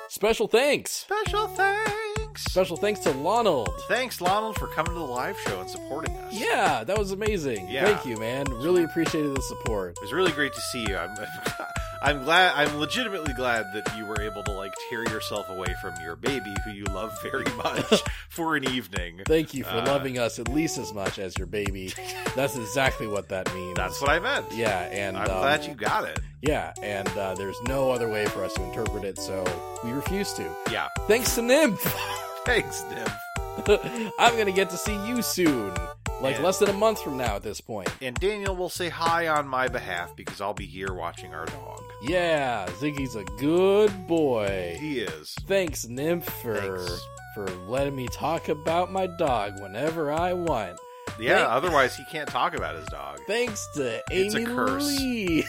A: Special thanks.
B: Special thanks.
A: Special thanks to Lonald.
B: Thanks, Lonald, for coming to the live show and supporting us.
A: Yeah, that was amazing.
B: Yeah.
A: Thank you, man. Really appreciated the support.
B: It was really great to see you. I'm, I'm glad. I'm legitimately glad that you were able to like tear yourself away from your baby, who you love very much, for an evening.
A: Thank you for
B: Uh,
A: loving us at least as much as your baby. That's exactly what that means.
B: That's what I meant.
A: Yeah, and
B: I'm
A: um,
B: glad you got it.
A: Yeah, and uh, there's no other way for us to interpret it, so we refuse to.
B: Yeah.
A: Thanks to Nymph.
B: Thanks, Niv.
A: I'm gonna get to see you soon, like
B: Yeah.
A: less than a month from now at this point.
B: And Daniel will say hi on my behalf because I'll be here watching our dog.
A: Yeah, Ziggy's a good boy.
B: He is.
A: Thanks, Nymph, for
B: Thanks.
A: for letting me talk about my dog whenever I want.
B: Yeah.
A: Thanks.
B: Otherwise, he can't talk about his dog.
A: Thanks to Amy
B: It's a curse.
A: Lee.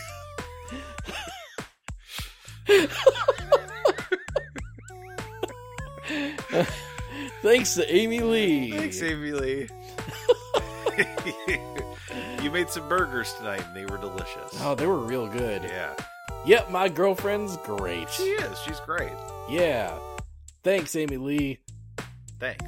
A: Thanks to Amy Lee.
B: Thanks, Amy Lee. you made some burgers tonight, and they were delicious.
A: Oh, they were real good.
B: yeah.
A: Yep, my girlfriend's great.
B: She is. She's great.
A: Yeah. Thanks, Amy Lee.
B: Thanks.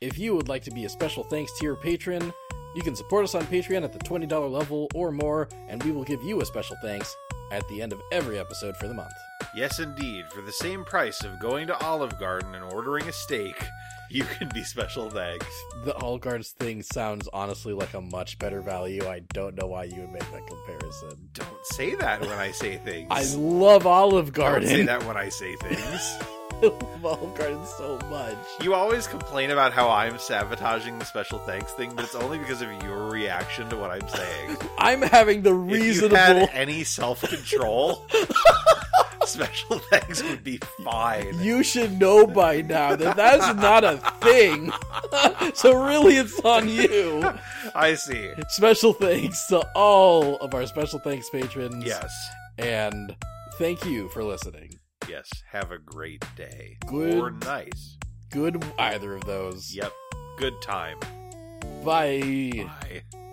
A: If you would like to be a special thanks to your patron, you can support us on Patreon at the $20 level or more, and we will give you a special thanks at the end of every episode for the month.
B: Yes, indeed. For the same price of going to Olive Garden and ordering a steak, you can be special thanks.
A: The All Guards thing sounds honestly like a much better value. I don't know why you would make that comparison.
B: Don't say that when I say things.
A: I love Olive
B: Don't say
A: Garden.
B: that when I say things.
A: I love Olive Garden so much.
B: You always complain about how I'm sabotaging the special thanks thing, but it's only because of your reaction to what I'm saying.
A: I'm having the
B: If you had
A: reasonable.
B: any self control, special thanks would be fine.
A: You should know by now that that's not a thing. so really, it's on you.
B: I see.
A: Special thanks to all of our special thanks patrons.
B: Yes.
A: And thank you for listening.
B: Yes. Have a great day.
A: Good-
B: Or night.
A: Good either of those.
B: Yep. Good time.
A: Bye.
B: Bye.